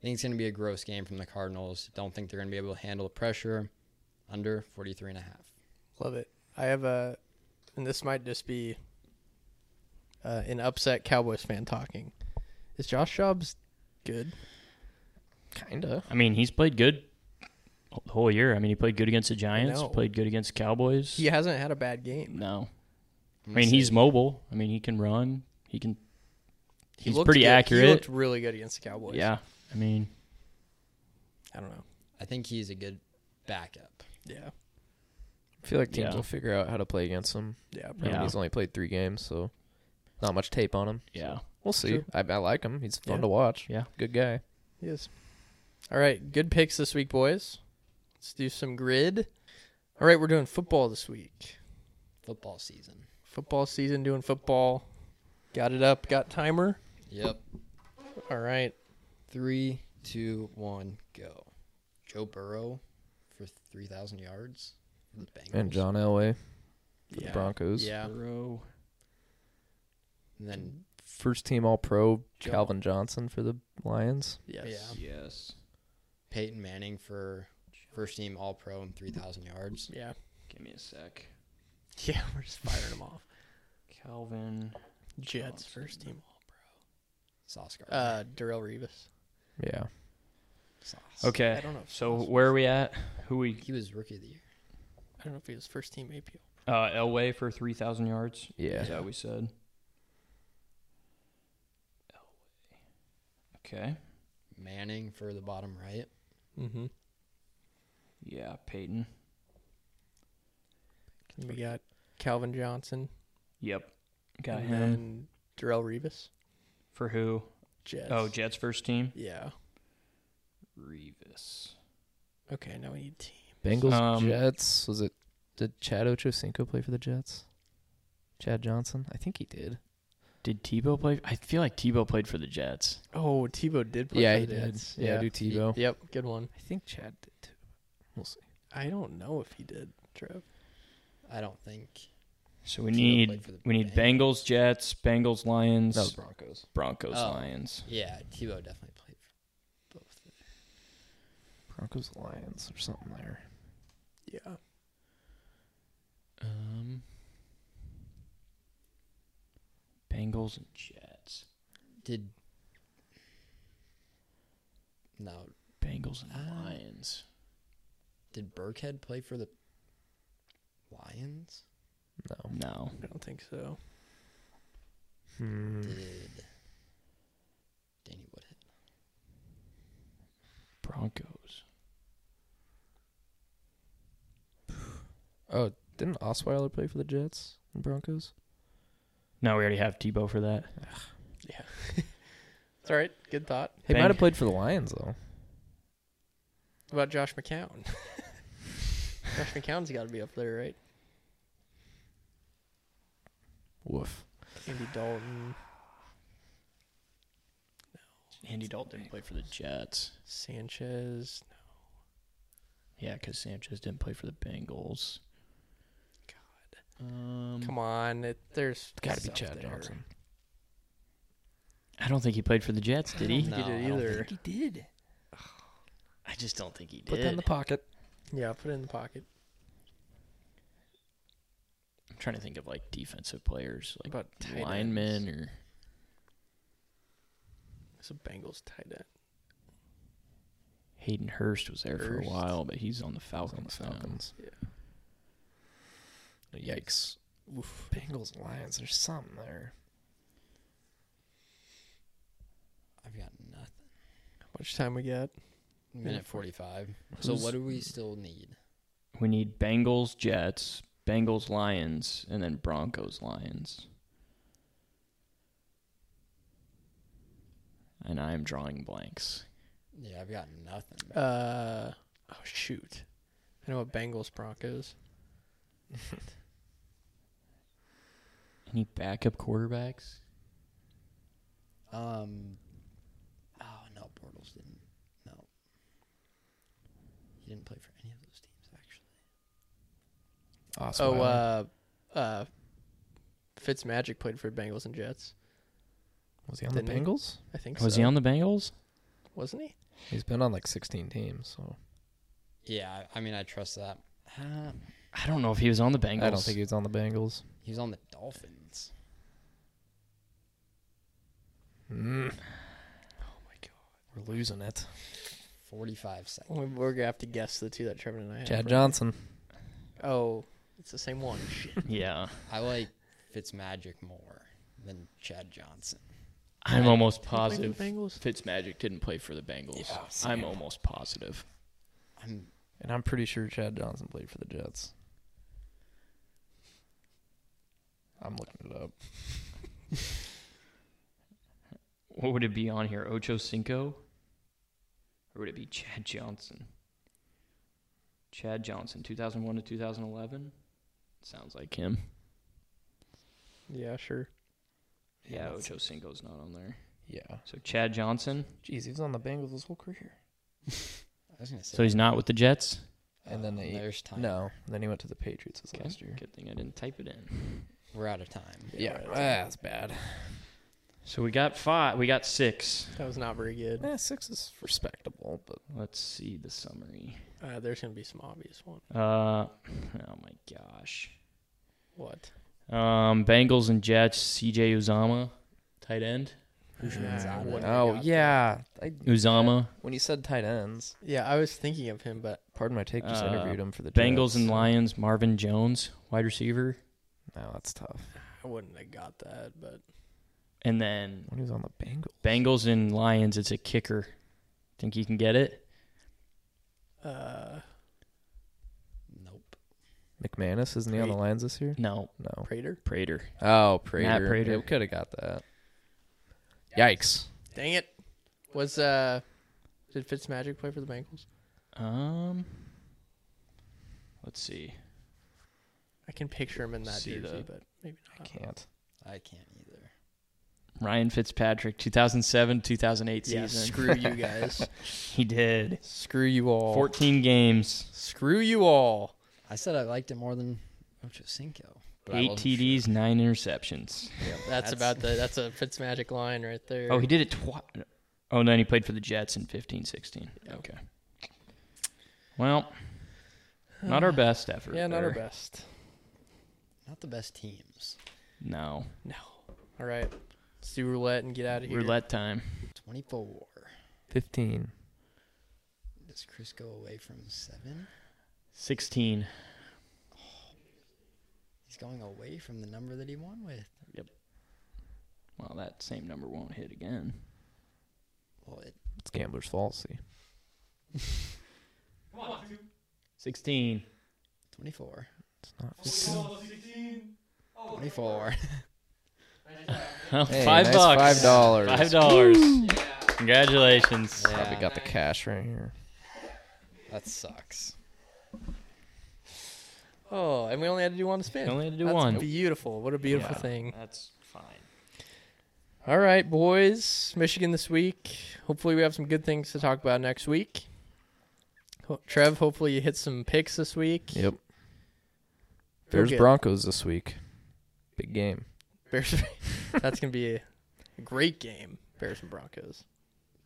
Speaker 2: think it's going to be a gross game from the cardinals don't think they're going to be able to handle the pressure under 43 and a half
Speaker 1: Love it. I have a, and this might just be uh, an upset Cowboys fan talking. Is Josh Jobs good?
Speaker 4: Kinda.
Speaker 3: I mean, he's played good the whole year. I mean, he played good against the Giants,
Speaker 1: know.
Speaker 3: played good against the Cowboys.
Speaker 1: He hasn't had a bad game.
Speaker 3: No. I
Speaker 2: I'm gonna
Speaker 3: mean,
Speaker 2: say-
Speaker 3: he's mobile. I mean, he can run. He can.
Speaker 1: He
Speaker 3: He's
Speaker 1: looked
Speaker 3: pretty
Speaker 1: good. He
Speaker 3: accurate.
Speaker 1: looked really good against the Cowboys.
Speaker 3: Yeah. I mean,
Speaker 1: I don't know.
Speaker 2: i think he's a good backup
Speaker 1: Yeah.
Speaker 4: I feel like teams
Speaker 3: Yeah.
Speaker 4: will figure out how to play against him.
Speaker 1: Yeah.
Speaker 4: I mean,
Speaker 3: Yeah.
Speaker 4: He's only played three games, so not much tape on him.
Speaker 3: yeah.
Speaker 4: We'll see.
Speaker 1: Sure.
Speaker 4: I, I like him. He's fun
Speaker 1: Yeah.
Speaker 4: to watch.
Speaker 3: Yeah.
Speaker 4: Good guy.
Speaker 1: He is. All right. Good picks this week, boys. Let's do some grid. All right. We're doing football this week.
Speaker 2: football season
Speaker 1: Football season, doing football. Got it up. Got timer.
Speaker 2: yep
Speaker 1: All right.
Speaker 2: three two one go joe burrow for 3000 yards for the Bengals.
Speaker 4: And John Elway for
Speaker 1: Yeah.
Speaker 4: the Broncos.
Speaker 2: yeah
Speaker 3: Burrow.
Speaker 2: and then
Speaker 4: First team All Pro
Speaker 2: John-
Speaker 4: Calvin Johnson for the Lions.
Speaker 1: Yes.
Speaker 2: Yeah.
Speaker 3: Yes.
Speaker 2: Peyton Manning for first team All Pro and 3,000 yards.
Speaker 1: Yeah.
Speaker 3: Give me a sec.
Speaker 1: Yeah. We're just firing them off.
Speaker 3: Calvin.
Speaker 1: Jets first team all
Speaker 2: Sauce Gardner.
Speaker 1: pro. Uh, Darrell Revis.
Speaker 4: Yeah.
Speaker 2: Sauce.
Speaker 3: Okay.
Speaker 1: I don't know if
Speaker 3: Eh, So
Speaker 1: Sauce
Speaker 3: where are we at? Who we?
Speaker 2: He was rookie of the year.
Speaker 1: I don't know if he was first team APL.
Speaker 3: Uh, Elway for three thousand yards.
Speaker 4: Yeah.
Speaker 3: Is that what we said? Elway. Okay.
Speaker 2: Manning for the bottom right.
Speaker 1: Mm-hmm.
Speaker 3: Yeah, Peyton.
Speaker 1: We got Calvin Johnson
Speaker 3: Yep. Got
Speaker 1: and
Speaker 3: him.
Speaker 1: then Darrell Revis.
Speaker 3: For who?
Speaker 1: Jets.
Speaker 3: Oh, Jets first team.
Speaker 1: yeah.
Speaker 3: Revis.
Speaker 1: Okay, now we need team.
Speaker 4: Bengals
Speaker 3: Um,
Speaker 4: Jets. Was it did Chad Ochocinco play for the Jets? Chad Johnson? I think he did.
Speaker 3: Did Tebow play? I feel like Tebow played for the Jets.
Speaker 1: Oh, Tebow did play.
Speaker 4: yeah,
Speaker 1: for
Speaker 4: he
Speaker 1: the
Speaker 4: did.
Speaker 1: Jets.
Speaker 4: Yeah, do Tebow.
Speaker 1: Yep, good one.
Speaker 4: I think Chad did too. We'll see.
Speaker 1: I don't know if he did, Trev.
Speaker 2: I don't think.
Speaker 3: So we
Speaker 2: Tebow
Speaker 3: need
Speaker 2: played for the
Speaker 3: we need Bengals, Jets, Bengals, Lions,
Speaker 4: No, Broncos.
Speaker 3: Broncos,
Speaker 2: Oh.
Speaker 3: Lions.
Speaker 2: Yeah, Tebow definitely played for both.
Speaker 4: Broncos Lions or something there.
Speaker 1: Yeah.
Speaker 3: Um, Bengals and Jets.
Speaker 2: Did. No.
Speaker 3: Bengals and
Speaker 2: Ah.
Speaker 3: Lions.
Speaker 2: Did Burkhead play for the Lions?
Speaker 4: No.
Speaker 3: No.
Speaker 1: I don't think so. Hmm.
Speaker 4: Mm.
Speaker 2: Did Danny Woodhead?
Speaker 3: Broncos.
Speaker 4: Oh, didn't Osweiler play for the Jets and Broncos?
Speaker 3: No, we already have Tebow for that.
Speaker 1: It's all right. Good thought.
Speaker 4: He
Speaker 3: Thank-
Speaker 4: might have played for the Lions though.
Speaker 1: What about Josh McCown? Josh McCown's got to be up there, right?
Speaker 4: Woof.
Speaker 1: Andy Dalton,
Speaker 3: Andy Dalton didn't play for the Jets.
Speaker 1: Sanchez.
Speaker 3: Yeah, because Sanchez didn't play for the Bengals. God. Um,
Speaker 1: Come on, it, there's
Speaker 4: Got to be
Speaker 1: stuff
Speaker 4: Chad
Speaker 1: there.
Speaker 4: Johnson.
Speaker 3: I don't think he played for the Jets, did he?
Speaker 1: No,
Speaker 2: No,
Speaker 1: did
Speaker 2: I
Speaker 1: it
Speaker 2: don't
Speaker 1: either.
Speaker 2: think
Speaker 3: he did. I just don't think he did.
Speaker 4: Put that in the pocket.
Speaker 1: Yeah, put it in the pocket.
Speaker 3: I'm trying to think of like defensive players, like
Speaker 1: About tight ends?
Speaker 3: linemen or
Speaker 1: It's a Bengals tight end.
Speaker 3: Hayden Hurst was there for a
Speaker 1: Hurst.
Speaker 3: while, but he's on the Falcons.
Speaker 4: Falcons.
Speaker 3: now.
Speaker 4: Falcons. Yikes. Bengals Lions. There's something there.
Speaker 2: I've got nothing.
Speaker 1: How much time we got?
Speaker 2: Minute forty-five. So
Speaker 4: Who's-
Speaker 2: what do we still need?
Speaker 3: We need Bengals, Jets, Bengals, Lions, and then Broncos, Lions. And I'm drawing blanks.
Speaker 2: Yeah, I've got nothing.
Speaker 1: Uh, oh shoot, I know what Bengals Broncos.
Speaker 3: Any backup quarterbacks?
Speaker 2: Um. Oh no, Bortles didn't. No, he didn't play for any of those teams actually.
Speaker 4: Osweiler.
Speaker 1: Oh, uh, uh, Fitzmagic played for Bengals and Jets.
Speaker 4: was he on the
Speaker 1: didn't he?
Speaker 4: Bengals?
Speaker 1: I think
Speaker 3: Was
Speaker 1: so.
Speaker 3: he on the Bengals?
Speaker 1: Wasn't he?
Speaker 4: He's been on like 16 teams, so
Speaker 2: Yeah, I, I mean, I trust that. Uh,
Speaker 3: I don't know if he was on the Bengals.
Speaker 4: I don't think he was on the Bengals.
Speaker 2: he was on the Dolphins.
Speaker 4: Mm.
Speaker 1: Oh my god.
Speaker 4: We're losing it.
Speaker 2: Forty-five seconds.
Speaker 3: Oh.
Speaker 1: We- We're gonna have to guess the two that Trevor and I. have,
Speaker 4: Chad
Speaker 1: right?
Speaker 4: Johnson.
Speaker 1: Oh, it's the same one. Shit.
Speaker 3: yeah.
Speaker 2: I like Fitzmagic more than Chad Johnson.
Speaker 3: I'm
Speaker 2: I-
Speaker 3: almost
Speaker 1: Did he play for
Speaker 3: positive
Speaker 1: the Bengals.
Speaker 3: Fitzmagic didn't play for the Bengals.
Speaker 2: Yeah,
Speaker 3: I'm
Speaker 2: same.
Speaker 3: almost positive.
Speaker 2: I'm
Speaker 4: And I'm pretty sure Chad Johnson played for the Jets. I'm looking it up.
Speaker 3: What would it be on here? Ocho Cinco? Or would it be Chad Johnson? Chad Johnson, 2001 to 2011? Sounds like him.
Speaker 1: Yeah, sure.
Speaker 3: Yeah,
Speaker 4: that's-
Speaker 3: Ocho Cinco's not on there.
Speaker 4: Yeah.
Speaker 3: So Chad Johnson.
Speaker 4: Jeez, he was on the Bengals his whole career.
Speaker 2: I was gonna say. uh,
Speaker 3: So he's not with the Jets?
Speaker 4: And then they-
Speaker 2: there's time.
Speaker 4: No. Then he went to the Patriots this
Speaker 3: Okay,
Speaker 4: last year.
Speaker 3: Good thing I didn't type it in.
Speaker 2: we're out of time.
Speaker 4: Yeah,
Speaker 1: right.
Speaker 4: ah, that's bad.
Speaker 3: So we got five. We got six.
Speaker 1: That was not very good.
Speaker 4: Eh, six is respectable, but
Speaker 3: Let's see the summary.
Speaker 1: Uh, there's gonna be some obvious one.
Speaker 3: Uh, oh my gosh.
Speaker 1: What?
Speaker 3: Um, Bengals and Jets. C.J. Uzama, tight end.
Speaker 1: Uh, what-
Speaker 4: oh yeah. I,
Speaker 3: Uzama.
Speaker 4: when you said tight ends,
Speaker 1: Yeah, I was thinking of him, but
Speaker 4: pardon my take, just
Speaker 3: Uh,
Speaker 4: interviewed him for the
Speaker 3: Bengals
Speaker 4: Jets.
Speaker 3: and Lions. Marvin Jones, wide receiver,
Speaker 4: No, that's tough.
Speaker 1: I wouldn't have got that. But
Speaker 3: and then
Speaker 4: When he was on the Bengals,
Speaker 3: Bengals and Lions. It's a kicker. Think you can get it?
Speaker 1: uh,
Speaker 2: Nope.
Speaker 4: McManus isn't he on the
Speaker 1: Prater.
Speaker 4: Lions this year?
Speaker 3: No,
Speaker 4: No.
Speaker 1: Prater.
Speaker 3: Prater.
Speaker 4: Oh, Prater.
Speaker 3: Matt Prater.
Speaker 4: Yeah, we could have got that. Yikes.
Speaker 1: Dang it. Was uh, did Fitzmagic play for the Bengals?
Speaker 3: Um, let's see.
Speaker 1: I can picture him in that
Speaker 3: See
Speaker 1: jersey,
Speaker 3: the-
Speaker 1: but maybe
Speaker 4: I
Speaker 1: not.
Speaker 4: can't.
Speaker 2: I can't either.
Speaker 3: Ryan Fitzpatrick, 2007 2008
Speaker 1: Yeah,
Speaker 3: season.
Speaker 1: screw you guys. Oh.
Speaker 3: He did.
Speaker 1: screw you all.
Speaker 3: 14 games.
Speaker 1: Screw you all.
Speaker 2: I said I liked it more than Ocho Cinco. but I
Speaker 3: Eight
Speaker 2: wasn't sure.
Speaker 3: TDs, nine interceptions.
Speaker 1: That's, about the that's a Fitzmagic line right there.
Speaker 3: Oh, he did it twice. Oh, and then he played for the Jets in 15 16. Okay. Well, not our best effort.
Speaker 1: yeah, not our
Speaker 3: there.
Speaker 1: best.
Speaker 2: not the best teams.
Speaker 3: No.
Speaker 1: No. All right. Let's do roulette and get out of here.
Speaker 3: Roulette time.
Speaker 2: 24.
Speaker 4: 15.
Speaker 2: Does Chris go away from seven?
Speaker 3: 16.
Speaker 2: He's going away from the number that he won with.
Speaker 3: Well, that same number won't hit again.
Speaker 2: Well, it,
Speaker 4: It's gambler's fallacy.
Speaker 3: 16.
Speaker 2: 24.
Speaker 4: It's not.
Speaker 2: 24.
Speaker 4: Hey,
Speaker 3: five
Speaker 4: nice
Speaker 3: bucks.
Speaker 4: Five dollars.
Speaker 3: Five dollars. Congratulations.
Speaker 4: Probably got the cash right here.
Speaker 2: That sucks.
Speaker 1: Oh, and we only had to do one spin.
Speaker 3: You only had to do
Speaker 1: That's
Speaker 3: one.
Speaker 1: Beautiful. What a beautiful
Speaker 3: Yeah.
Speaker 1: thing.
Speaker 3: That's fine.
Speaker 1: All right, boys. Michigan this week. Hopefully, we have some good things to talk about next week. Ho- Trev, hopefully you hit some picks this week.
Speaker 4: Yep.
Speaker 1: Feel
Speaker 4: Bears
Speaker 1: good.
Speaker 4: Broncos this week. Big game.
Speaker 1: Bears. That's gonna be a great game. Bears and Broncos.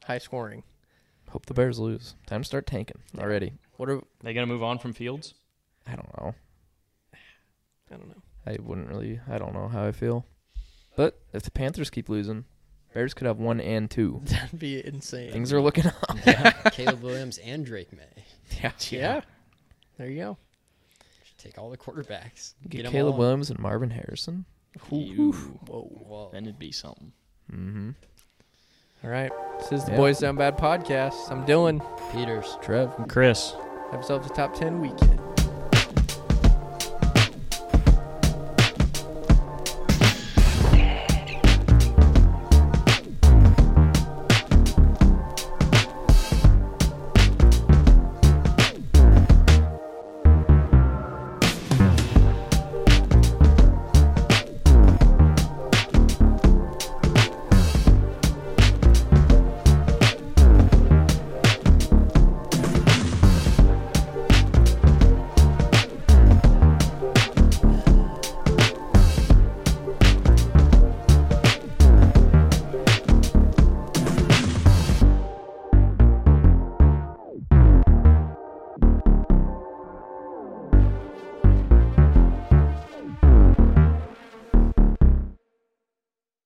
Speaker 1: High scoring.
Speaker 4: Hope the Bears lose. Time to start tanking already.
Speaker 1: What are
Speaker 3: They gonna move on from Fields?
Speaker 4: I don't know.
Speaker 1: I don't know.
Speaker 4: I wouldn't really. I don't know how I feel. But if the Panthers keep losing, Bears could have one and two.
Speaker 1: That'd be insane.
Speaker 4: Things are looking up.
Speaker 2: Caleb Williams and Drake May.
Speaker 4: Yeah.
Speaker 1: yeah. There you go.
Speaker 2: Should take all the quarterbacks.
Speaker 4: Get
Speaker 2: 'em
Speaker 4: Caleb
Speaker 2: all.
Speaker 4: Williams and Marvin Harrison.
Speaker 3: Ew.
Speaker 1: Whoa.
Speaker 2: Whoa.
Speaker 3: Then it'd be something.
Speaker 4: Mm-hmm.
Speaker 1: All right. This is the
Speaker 4: Yeah.
Speaker 1: Boys Down Bad podcast. I'm Dylan.
Speaker 2: Peters.
Speaker 4: Trev.
Speaker 3: Chris.
Speaker 1: Have yourself a top ten weekend.